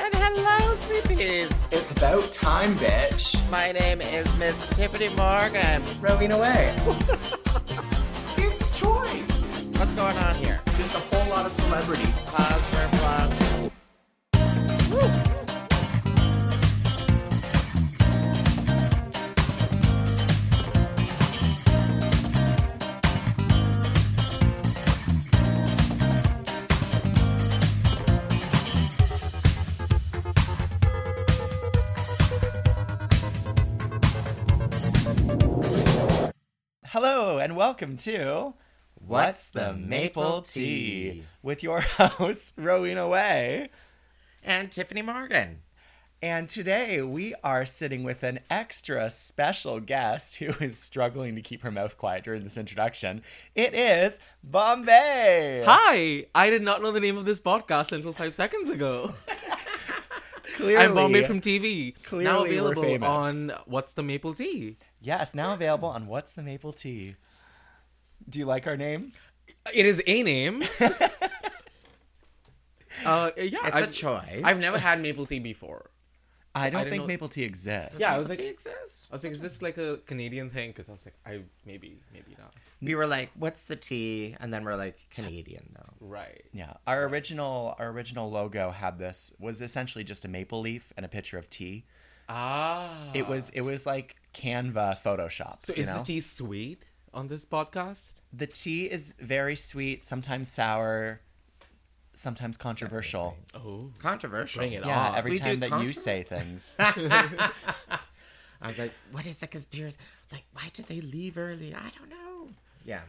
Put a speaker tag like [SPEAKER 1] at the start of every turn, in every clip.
[SPEAKER 1] And hello, sleepies.
[SPEAKER 2] It's about time, bitch.
[SPEAKER 1] My name is Miss Tiffany Morgan.
[SPEAKER 2] Roving away. it's Troy.
[SPEAKER 1] What's going on here?
[SPEAKER 2] Just a whole lot of celebrity.
[SPEAKER 1] Pause for applause.
[SPEAKER 3] Hello and welcome to
[SPEAKER 1] What's the Maple Tea?
[SPEAKER 3] with your host Rowena Way.
[SPEAKER 1] And Tiffany Morgan.
[SPEAKER 3] And today we are sitting with an extra special guest who is struggling to keep her mouth quiet during this introduction. It is Bombay.
[SPEAKER 4] Hi, I did not know the name of this podcast until five seconds ago.
[SPEAKER 3] Clearly,
[SPEAKER 4] I'm Bombay from TV. now
[SPEAKER 3] Clearly we're
[SPEAKER 4] available
[SPEAKER 3] famous.
[SPEAKER 4] on What's the Maple Tea?
[SPEAKER 3] Yes, now available on What's the Maple Tea. Do you like our name?
[SPEAKER 4] It is a name. uh, yeah,
[SPEAKER 1] It's a
[SPEAKER 4] I've,
[SPEAKER 1] choice.
[SPEAKER 4] I've never had maple tea before.
[SPEAKER 3] I don't
[SPEAKER 4] I don't
[SPEAKER 3] think
[SPEAKER 4] know-
[SPEAKER 3] maple tea exists.
[SPEAKER 4] Yeah, I
[SPEAKER 1] Does
[SPEAKER 4] was like-
[SPEAKER 1] she exist?
[SPEAKER 4] I was like, is this like a Canadian thing? Because I was like, I maybe, maybe not.
[SPEAKER 1] We were like, what's the tea? And then we're like, Canadian, though.
[SPEAKER 4] Right.
[SPEAKER 3] Yeah, our original our original logo had this was essentially just a maple leaf and a picture of tea.
[SPEAKER 4] Ah.
[SPEAKER 3] It was it was like Canva Photoshop.
[SPEAKER 4] So
[SPEAKER 3] you
[SPEAKER 4] is
[SPEAKER 3] know?
[SPEAKER 4] the tea sweet on this podcast?
[SPEAKER 3] the tea is very sweet, sometimes sour, sometimes controversial.
[SPEAKER 4] Oh.
[SPEAKER 1] Controversial.
[SPEAKER 4] Bring it on.
[SPEAKER 3] Yeah,
[SPEAKER 4] Ah,
[SPEAKER 3] every
[SPEAKER 1] we
[SPEAKER 3] time
[SPEAKER 1] do
[SPEAKER 3] that you
[SPEAKER 1] controver-
[SPEAKER 3] say things.
[SPEAKER 1] I was like, what is the conspiracy? Like, why did they leave early? I don't know. Yeah.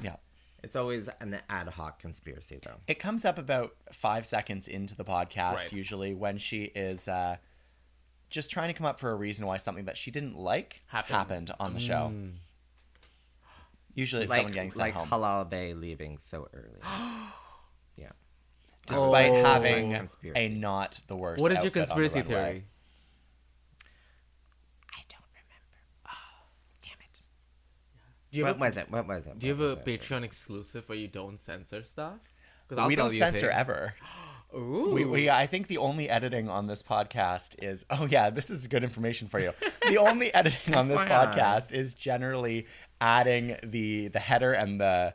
[SPEAKER 3] yeah.
[SPEAKER 1] It's always an ad hoc conspiracy, though.
[SPEAKER 3] It comes up about five seconds into the podcast,
[SPEAKER 4] Right.
[SPEAKER 3] usually, when she is uh, just trying to come up for a reason why something that she didn't like
[SPEAKER 4] Happened.
[SPEAKER 3] on the show.
[SPEAKER 4] Mm.
[SPEAKER 3] Usually, it's someone getting
[SPEAKER 1] Like, like
[SPEAKER 3] sent home.
[SPEAKER 1] Halal Bay leaving so early. yeah.
[SPEAKER 3] despite
[SPEAKER 4] Oh.
[SPEAKER 3] having
[SPEAKER 1] Conspiracy.
[SPEAKER 3] a not the worst.
[SPEAKER 4] What is your
[SPEAKER 3] outfit on the
[SPEAKER 4] conspiracy
[SPEAKER 3] runway.
[SPEAKER 4] theory?
[SPEAKER 1] I don't remember. Oh, damn it. what was it? What was it?
[SPEAKER 4] Do you have
[SPEAKER 1] What
[SPEAKER 4] a
[SPEAKER 1] was it?
[SPEAKER 4] Patreon exclusive where you don't censor stuff? 'Cause I'll
[SPEAKER 3] We
[SPEAKER 4] tell
[SPEAKER 3] don't
[SPEAKER 4] you
[SPEAKER 3] censor
[SPEAKER 4] things.
[SPEAKER 3] ever.
[SPEAKER 4] Ooh.
[SPEAKER 3] We, we, I think the only editing on this podcast is, oh yeah, this is good information for you. The only editing on this
[SPEAKER 1] FYI.
[SPEAKER 3] podcast is generally adding the the header and the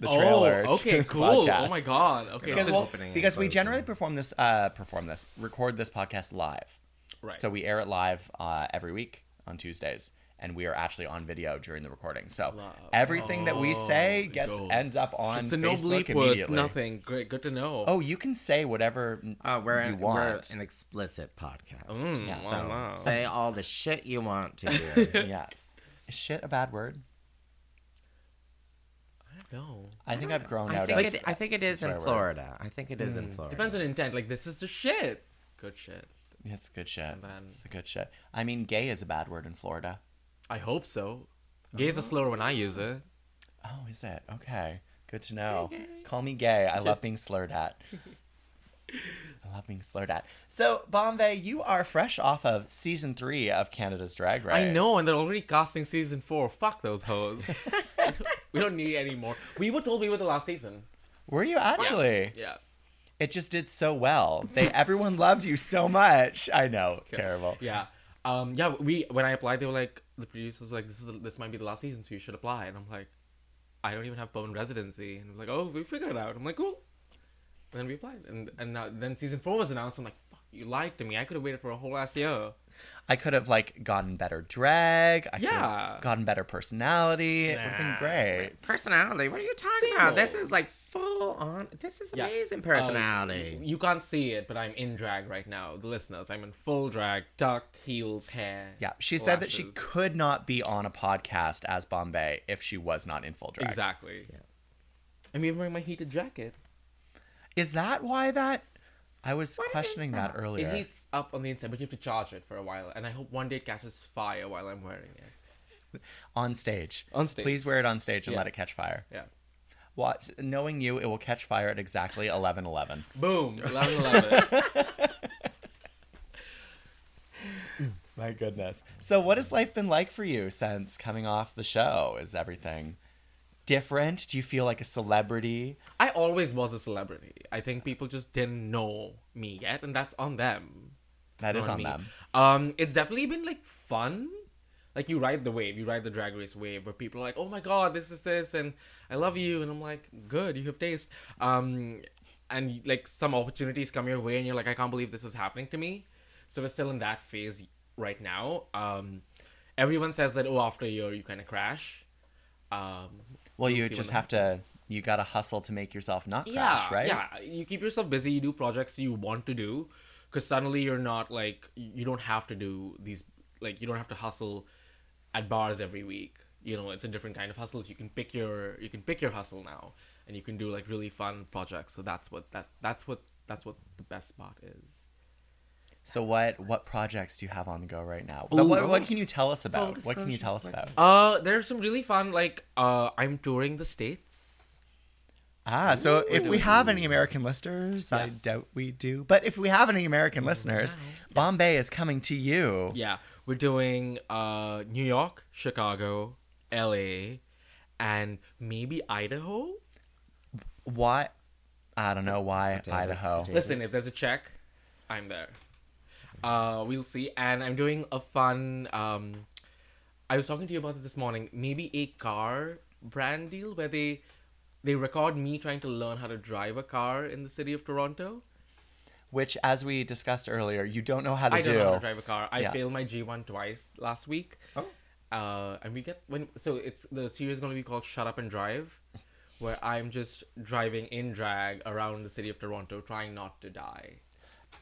[SPEAKER 3] the
[SPEAKER 4] Oh,
[SPEAKER 3] trailer. to
[SPEAKER 4] okay,
[SPEAKER 3] the
[SPEAKER 4] cool.
[SPEAKER 3] podcast.
[SPEAKER 4] Oh my god. Okay.
[SPEAKER 3] Because,
[SPEAKER 4] so-
[SPEAKER 3] well,
[SPEAKER 1] opening and
[SPEAKER 3] because we
[SPEAKER 1] closing.
[SPEAKER 3] generally perform this, uh, perform this, record this podcast live.
[SPEAKER 4] Right.
[SPEAKER 3] So we air it live uh, every week on Tuesdays, and we are actually on video during the recording. So everything that we say
[SPEAKER 4] Oh, it
[SPEAKER 3] gets
[SPEAKER 4] goes.
[SPEAKER 3] ends up on
[SPEAKER 4] it's a no
[SPEAKER 3] Facebook
[SPEAKER 4] bleep words,
[SPEAKER 3] immediately.
[SPEAKER 4] nothing. Great, good to know.
[SPEAKER 3] Oh, you can say whatever
[SPEAKER 1] Oh, we're
[SPEAKER 3] you
[SPEAKER 1] an, we're
[SPEAKER 3] want.
[SPEAKER 1] an explicit podcast.
[SPEAKER 4] Mm,
[SPEAKER 3] Yeah.
[SPEAKER 1] So
[SPEAKER 4] wow, wow.
[SPEAKER 1] say all the shit you want to. do.
[SPEAKER 3] yes. Is shit a bad word?
[SPEAKER 4] no.
[SPEAKER 3] I think I've grown
[SPEAKER 1] I
[SPEAKER 3] out
[SPEAKER 1] think
[SPEAKER 3] of.
[SPEAKER 1] it, I think it is in
[SPEAKER 3] swear words.
[SPEAKER 1] Florida. I think it is in Florida.
[SPEAKER 4] Mm. Depends on intent. Like this is the shit. Good shit.
[SPEAKER 3] it's good shit.
[SPEAKER 4] then-
[SPEAKER 3] It's the good shit. I mean, gay is a bad word in Florida.
[SPEAKER 4] I hope so. Gay is a slur when I use it.
[SPEAKER 3] Oh, is it? Okay. Good to know. Call me gay. I love being slurred at. I love being slurred at. So, Bombay, you are fresh off of season three of Canada's Drag Race.
[SPEAKER 4] I know, and they're already casting season four. Fuck those hoes. we don't need any more. We were told we were the last season.
[SPEAKER 3] Were you actually?
[SPEAKER 4] Yeah.
[SPEAKER 3] It just did so well. They everyone loved you so much. I know. Terrible.
[SPEAKER 4] Yeah. Um, yeah, we when I applied, they were like the producers were like, "This is the, this might be the last season, so you should apply." And I'm like, "I don't even have permanent residency." And I'm like, "Oh, we figured it out." I'm like, "Cool." And then we applied, and and now, then season four was announced. I'm like, "Fuck, you lied to me. I could have waited for a whole last year."
[SPEAKER 3] I could have like gotten better drag. I could
[SPEAKER 4] Yeah.
[SPEAKER 3] have gotten better personality. It would have been
[SPEAKER 4] Nah.
[SPEAKER 3] great.
[SPEAKER 1] personality. What are you talking
[SPEAKER 4] Same
[SPEAKER 1] about? This
[SPEAKER 4] old.
[SPEAKER 1] is like full on. This is
[SPEAKER 4] Yeah.
[SPEAKER 1] amazing
[SPEAKER 4] Um,
[SPEAKER 1] personality.
[SPEAKER 4] you can't see it, but I'm in drag right now. The listeners, I'm in full drag, tucked heels, hair.
[SPEAKER 3] Yeah. She said that she
[SPEAKER 4] lashes.
[SPEAKER 3] could not be on a podcast as Bombay if she was not in full drag.
[SPEAKER 4] exactly. I'm even wearing my heated jacket.
[SPEAKER 3] Is that why that? I was questioning that? earlier.
[SPEAKER 4] It heats up on the inside, but you have to charge it for a while. And I hope one day it catches fire while I'm wearing it.
[SPEAKER 3] on stage.
[SPEAKER 4] On stage.
[SPEAKER 3] Please wear it on stage and
[SPEAKER 4] Yeah.
[SPEAKER 3] let it catch fire.
[SPEAKER 4] Yeah.
[SPEAKER 3] Watch, knowing you, it will catch fire at exactly eleven eleven.
[SPEAKER 4] Boom. 11 11.
[SPEAKER 3] My goodness. So, what has life been like for you since coming off the show? Is everything different? Do you feel like a celebrity?
[SPEAKER 4] I always was a celebrity. I think people just didn't know me yet, and that's on them.
[SPEAKER 3] That is
[SPEAKER 4] know
[SPEAKER 3] on
[SPEAKER 4] what I
[SPEAKER 3] them.
[SPEAKER 4] mean? Um, it's definitely been like fun. Like you ride the wave, you ride the drag race wave where people are like, "Oh my god, this is this," and "I love you," and I'm like, "Good, you have taste." Um, and like some opportunities come your way, and you're like, "I can't believe this is happening to me." So we're still in that phase right now. Um, everyone says that, "Oh, after a year, you kind of crash." Um,
[SPEAKER 3] Well,
[SPEAKER 4] we'll
[SPEAKER 3] you
[SPEAKER 4] see
[SPEAKER 3] just
[SPEAKER 4] when
[SPEAKER 3] have
[SPEAKER 4] happens.
[SPEAKER 3] to. You gotta hustle to make yourself not crash, right?
[SPEAKER 4] Yeah, you keep yourself busy. You do projects you want to do, because suddenly you're not like you don't have to do these like you don't have to hustle at bars every week. You know, it's a different kind of hustles. You can pick your you can pick your hustle now, and you can do like really fun projects. So that's what that that's what that's what the best part is.
[SPEAKER 3] So, what what projects do you have on the go right now? But what, what can you tell us about? What can
[SPEAKER 1] disclosure,
[SPEAKER 3] you tell us
[SPEAKER 1] like-
[SPEAKER 3] about?
[SPEAKER 4] Uh, there's some really fun like uh, I'm touring the states.
[SPEAKER 3] Ah, so if we have any American listeners, I
[SPEAKER 4] Yes. Mm,
[SPEAKER 3] doubt we do, but if we have any American listeners, Bombay is coming to you.
[SPEAKER 4] Yeah, we're doing uh New York, Chicago, L.A., and maybe Idaho.
[SPEAKER 3] Why? I don't know why
[SPEAKER 1] Davis,
[SPEAKER 3] Idaho.
[SPEAKER 1] Davis.
[SPEAKER 4] Listen, if there's a check, I'm there. Uh, we'll see. And I'm doing a fun. Um, I was talking to you about it this morning. Maybe a car brand deal where they they record me trying to learn how to drive a car in the city of Toronto.
[SPEAKER 3] Which, as we discussed earlier, you don't know how to
[SPEAKER 4] I
[SPEAKER 3] do.
[SPEAKER 4] don't know how to drive a car. I
[SPEAKER 3] Yeah.
[SPEAKER 4] failed my G1 twice last week.
[SPEAKER 3] Oh.
[SPEAKER 4] Uh, and we get when so it's the series going to be called Shut Up and Drive, where I'm just driving in drag around the city of Toronto, trying not to die.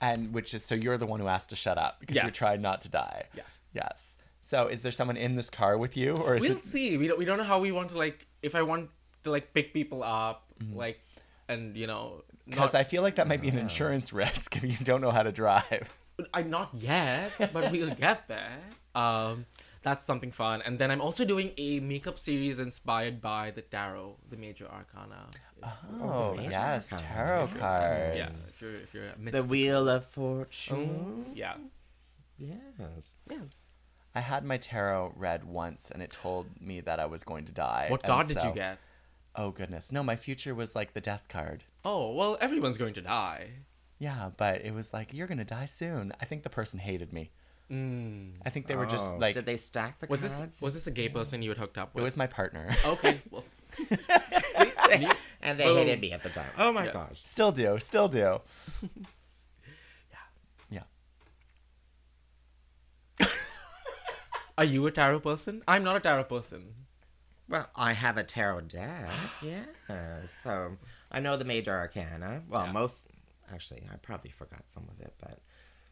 [SPEAKER 3] And which is so you're the one who asked to shut up because you
[SPEAKER 4] Yes.
[SPEAKER 3] tried not to die.
[SPEAKER 4] Yes.
[SPEAKER 3] Yes. So is there someone in this car with you, or is
[SPEAKER 4] we'll
[SPEAKER 3] it?
[SPEAKER 4] see. We don't, we don't know how we want to like if I want to like pick people up like and you know
[SPEAKER 3] Because
[SPEAKER 4] not
[SPEAKER 3] Mm-hmm. I feel like that might be an insurance risk if you don't know how to drive.
[SPEAKER 4] I not yet, but we'll get there. Um that's something fun. And then I'm also doing a makeup series inspired by the tarot, the major arcana.
[SPEAKER 3] Oh, yes, tarot cards.
[SPEAKER 4] yeah, if you're if you're a
[SPEAKER 1] The
[SPEAKER 4] mystic.
[SPEAKER 1] Wheel of Fortune.
[SPEAKER 4] yeah.
[SPEAKER 1] Yes.
[SPEAKER 3] I had my tarot read once, and it told me that I was going to die.
[SPEAKER 4] What
[SPEAKER 3] and
[SPEAKER 4] god did
[SPEAKER 3] so-
[SPEAKER 4] you get?
[SPEAKER 3] Oh goodness, no! My future was like the death card.
[SPEAKER 4] Oh, well everyone's going to die.
[SPEAKER 3] Yeah, but it was like you're gonna die soon. I think the person hated me. Mm. I think they were just
[SPEAKER 1] Oh.
[SPEAKER 3] like
[SPEAKER 1] did they stack the
[SPEAKER 4] Was
[SPEAKER 1] cards?
[SPEAKER 4] this was this a gay person you had hooked up
[SPEAKER 3] it
[SPEAKER 4] with?
[SPEAKER 3] was my partner.
[SPEAKER 4] okay. Well,
[SPEAKER 1] and they
[SPEAKER 4] Boom.
[SPEAKER 1] hated me at the time. Oh my
[SPEAKER 4] Yeah.
[SPEAKER 1] gosh.
[SPEAKER 3] still do, still do. yeah,
[SPEAKER 4] are you a tarot person? I'm not a tarot person.
[SPEAKER 1] Well, I have a tarot deck. yeah. So I know the major arcana. Well,
[SPEAKER 4] Yeah.
[SPEAKER 1] most actually, I probably forgot some of it, but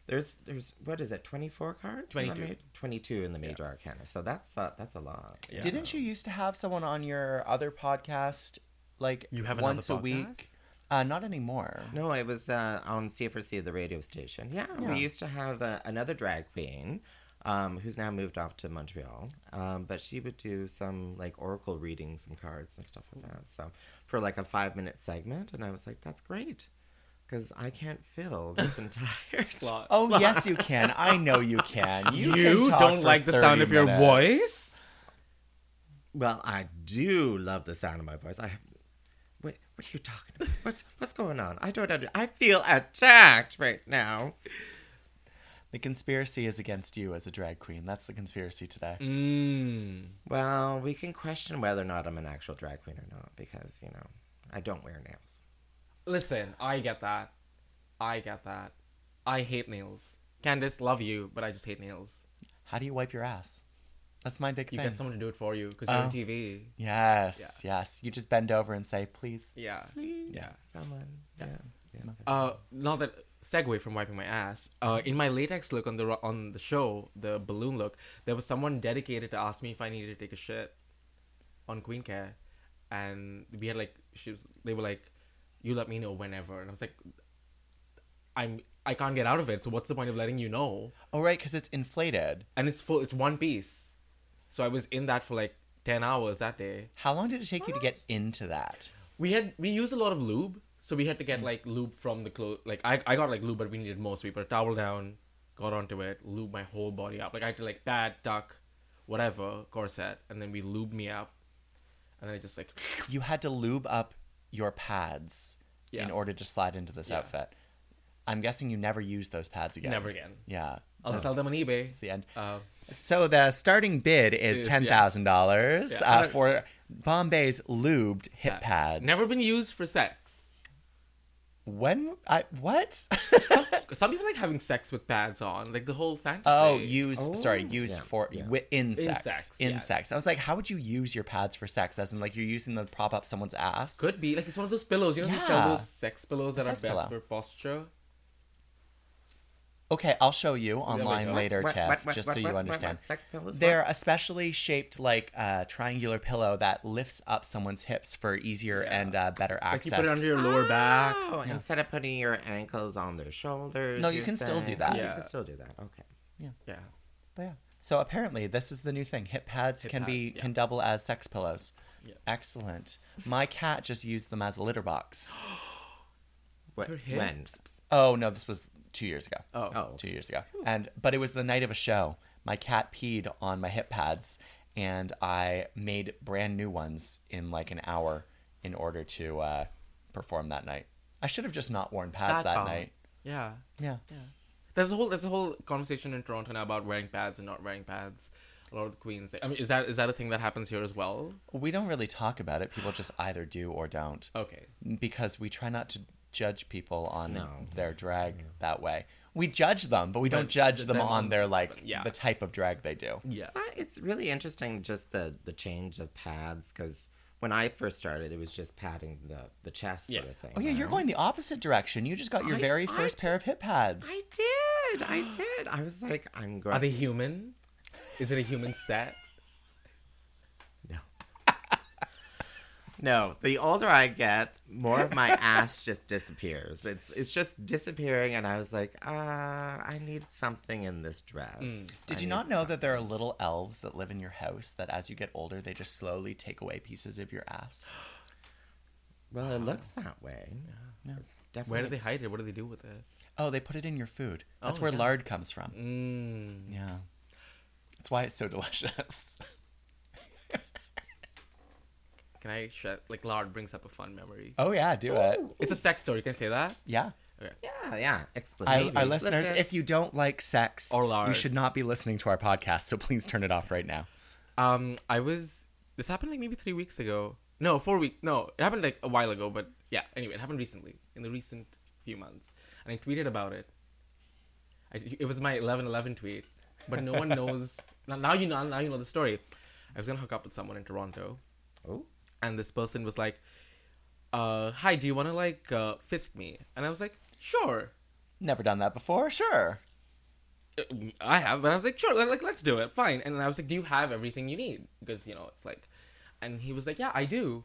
[SPEAKER 1] there's there's what is it? Twenty four cards.
[SPEAKER 4] Twenty-two.
[SPEAKER 1] Twenty two in the major arcana. So that's uh, that's a lot.
[SPEAKER 4] Yeah.
[SPEAKER 3] Didn't you used to have someone on your other podcast like
[SPEAKER 4] You have another
[SPEAKER 3] once a week?
[SPEAKER 4] podcast?
[SPEAKER 3] Uh, not anymore.
[SPEAKER 1] No, it was uh, on CFRC, the radio station. Yeah,
[SPEAKER 3] Yeah.
[SPEAKER 1] we used to have uh, another drag queen um, who's now moved off to Montreal. Um, but she would do some like oracle readings, some cards and stuff like that. So for like a five minute segment. And I was like, that's great. Because I can't fill this entire slot.
[SPEAKER 4] Well,
[SPEAKER 3] Oh yes, you can. I know you can. You,
[SPEAKER 4] You,
[SPEAKER 3] can talk
[SPEAKER 4] don't
[SPEAKER 3] for
[SPEAKER 4] like the sound
[SPEAKER 3] 30
[SPEAKER 4] of your
[SPEAKER 3] minutes.
[SPEAKER 4] voice?
[SPEAKER 1] Well, I do love the sound of my voice. I What, what are you talking about? What's what's going on? I don't under, I feel attacked right now.
[SPEAKER 3] The conspiracy is against you as a drag queen. That's the conspiracy today.
[SPEAKER 4] Mm.
[SPEAKER 1] Well, we can question whether or not I'm an actual drag queen or not because, you know, I don't wear nails.
[SPEAKER 4] Listen, I get that. I get that. I hate nails. Candace, love you, but I just hate nails.
[SPEAKER 3] How do you wipe your ass? That's my big
[SPEAKER 4] You
[SPEAKER 3] thing.
[SPEAKER 4] get someone to do it for you because you're
[SPEAKER 3] Oh.
[SPEAKER 4] on TV.
[SPEAKER 3] yes, yes. You just bend over and say, "Please."
[SPEAKER 4] Yeah.
[SPEAKER 1] Please.
[SPEAKER 4] Yeah.
[SPEAKER 1] Someone. Yeah. yeah.
[SPEAKER 4] Uh, now that segue from wiping my ass, uh, in my latex look on the ro- on the show, the balloon look, there was someone dedicated to ask me if I needed to take a shit on Queen Care, and we had like she was they were like, you let me know whenever, and I was like, I'm I can't get out of it, so what's the point of letting you know?
[SPEAKER 3] Oh, right, because it's inflated.
[SPEAKER 4] And it's full, it's one piece. So I was in that for like ten hours that day.
[SPEAKER 3] How long did it take you to get into that?
[SPEAKER 4] We had we used a lot of lube, so we had to
[SPEAKER 3] Hmm.
[SPEAKER 4] get like lube from the clothes. Like I, I got like lube, but we needed more. So we put a towel down, got onto it, lube my whole body up. Like I had to like pad, tuck, whatever corset, and then we lube me up, and then I just like
[SPEAKER 3] You had to lube up your pads in
[SPEAKER 4] Yeah.
[SPEAKER 3] order to slide into this
[SPEAKER 4] Yeah.
[SPEAKER 3] outfit. I'm guessing you never used those pads again.
[SPEAKER 4] never again.
[SPEAKER 3] Yeah.
[SPEAKER 4] I'll sell them on eBay.
[SPEAKER 3] It's the end.
[SPEAKER 4] Uh,
[SPEAKER 3] So the starting bid is
[SPEAKER 4] Is-
[SPEAKER 3] ten thousand dollars
[SPEAKER 4] Yeah.
[SPEAKER 3] uh, for Bombay's lubed hip pads.
[SPEAKER 4] never been used for sex.
[SPEAKER 3] When I what?
[SPEAKER 4] Some people like having sex with pads on, like the whole fantasy.
[SPEAKER 3] oh, used. Sorry,
[SPEAKER 1] Oh.
[SPEAKER 3] used
[SPEAKER 1] Yeah,
[SPEAKER 3] for
[SPEAKER 1] yeah.
[SPEAKER 3] wi- insects. Insects.
[SPEAKER 4] Insects, yes.
[SPEAKER 3] I was like, how would you use your pads for sex? As in, like you're using them to prop up someone's ass.
[SPEAKER 4] Could be like it's one of those pillows. You know, they sell
[SPEAKER 3] Yeah.
[SPEAKER 4] those sex pillows that
[SPEAKER 3] sex
[SPEAKER 4] are
[SPEAKER 3] pillow.
[SPEAKER 4] best for posture.
[SPEAKER 3] Okay, I'll show you online
[SPEAKER 4] go.
[SPEAKER 3] later,
[SPEAKER 1] What-
[SPEAKER 3] Tiff,
[SPEAKER 1] what- what-
[SPEAKER 3] just
[SPEAKER 1] what-
[SPEAKER 3] so
[SPEAKER 1] what-
[SPEAKER 3] you
[SPEAKER 1] what-
[SPEAKER 3] understand.
[SPEAKER 1] what? Sex pillows?
[SPEAKER 3] They're
[SPEAKER 1] What?
[SPEAKER 3] especially shaped like a triangular pillow that lifts up someone's hips for easier and uh, better
[SPEAKER 4] Like
[SPEAKER 3] access. Ah.
[SPEAKER 4] you put it under your lower back.
[SPEAKER 1] Oh, instead of putting your ankles on their shoulders.
[SPEAKER 3] No, you
[SPEAKER 1] you're
[SPEAKER 3] can still do
[SPEAKER 1] saying-
[SPEAKER 3] that.
[SPEAKER 1] Oh, You
[SPEAKER 4] Yeah.
[SPEAKER 1] can still do that. Okay.
[SPEAKER 4] Yeah.
[SPEAKER 3] But yeah. So apparently, this is the new thing. Hip pads can be
[SPEAKER 4] pads, yeah.
[SPEAKER 3] can double as sex pillows.
[SPEAKER 4] Yeah.
[SPEAKER 3] Excellent. My cat just used them as a litter box.
[SPEAKER 1] What,
[SPEAKER 4] Your
[SPEAKER 1] when?
[SPEAKER 4] hips.
[SPEAKER 3] Oh no, this was two years ago.
[SPEAKER 4] Oh.
[SPEAKER 1] Oh.
[SPEAKER 3] two years ago. And but it was the night of a show. My cat peed on my hip pads, and I made brand new ones in like an hour in order to uh, perform that night. I should have just not worn pads
[SPEAKER 4] Bad
[SPEAKER 3] that
[SPEAKER 4] bum.
[SPEAKER 3] night.
[SPEAKER 4] Yeah.
[SPEAKER 3] Yeah.
[SPEAKER 4] There's a whole there's a whole conversation in Toronto now about wearing pads and not wearing pads. A lot of the queens. I mean, is that is that a thing that happens here as well?
[SPEAKER 3] We don't really talk about it. People just either do or don't.
[SPEAKER 4] Okay.
[SPEAKER 3] because we try not to judge people on
[SPEAKER 1] No.
[SPEAKER 3] their drag that way. We judge them, but we don't judge them
[SPEAKER 4] then
[SPEAKER 3] on
[SPEAKER 4] on-
[SPEAKER 3] their like
[SPEAKER 4] yeah.
[SPEAKER 3] the type of drag they do.
[SPEAKER 4] Yeah.
[SPEAKER 1] But it's really interesting just the the change of pads because when I first started, it was just padding the the chest
[SPEAKER 4] Yeah.
[SPEAKER 1] sort of thing.
[SPEAKER 3] Oh yeah, you're
[SPEAKER 1] right?
[SPEAKER 3] going the opposite direction. You just got your
[SPEAKER 1] I-
[SPEAKER 3] very
[SPEAKER 1] I
[SPEAKER 3] first
[SPEAKER 1] did-
[SPEAKER 3] pair of hip pads.
[SPEAKER 1] I did. I did. I was like, I'm going.
[SPEAKER 4] Are they human? Is it a human set?
[SPEAKER 1] No. no. The older I get, more of my ass just disappears. It's it's just disappearing, and I was like, uh, I need something in this dress.
[SPEAKER 3] Hmm. Did
[SPEAKER 1] I
[SPEAKER 3] you
[SPEAKER 1] need
[SPEAKER 3] not know that there are little elves that live in your house that as you get older they just slowly take away pieces of your ass?
[SPEAKER 1] Well, it looks that way.
[SPEAKER 3] No.
[SPEAKER 1] It's definitely.
[SPEAKER 4] Where do they hide it? What do they do with it?
[SPEAKER 3] Oh, they put it in your food. That's
[SPEAKER 4] Oh,
[SPEAKER 3] where
[SPEAKER 4] yeah.
[SPEAKER 3] lard comes from.
[SPEAKER 4] Mm.
[SPEAKER 3] Yeah. That's why it's so delicious.
[SPEAKER 4] Can I share? Like, lard brings up a fun memory.
[SPEAKER 3] Oh yeah, do it.
[SPEAKER 4] It's a sex story. Can I say that?
[SPEAKER 3] Yeah.
[SPEAKER 1] Yeah, yeah. Explicit.
[SPEAKER 3] I, our
[SPEAKER 1] explicit.
[SPEAKER 3] listeners, if you don't like sex,
[SPEAKER 4] Or lard.
[SPEAKER 3] you should not be listening to our podcast. So please turn it off right now.
[SPEAKER 4] Um, I was. This happened like maybe three weeks ago. No, four weeks. No, it happened like a while ago. But yeah, anyway, it happened recently in the recent few months, and I tweeted about it. I, it was my eleven eleven tweet, but no one knows. now, now you know. Now you know the story. I was gonna hook up with someone in Toronto,
[SPEAKER 1] Oh.
[SPEAKER 4] and this person was like, uh, "Hi, do you wanna like uh, fist me?" And I was like, "Sure."
[SPEAKER 3] Never done that before. Sure.
[SPEAKER 4] I have, but I was like, sure, like, like, let's do it, fine. And I was like, do you have everything you need? Because you know, it's like, and he was like, yeah, I do.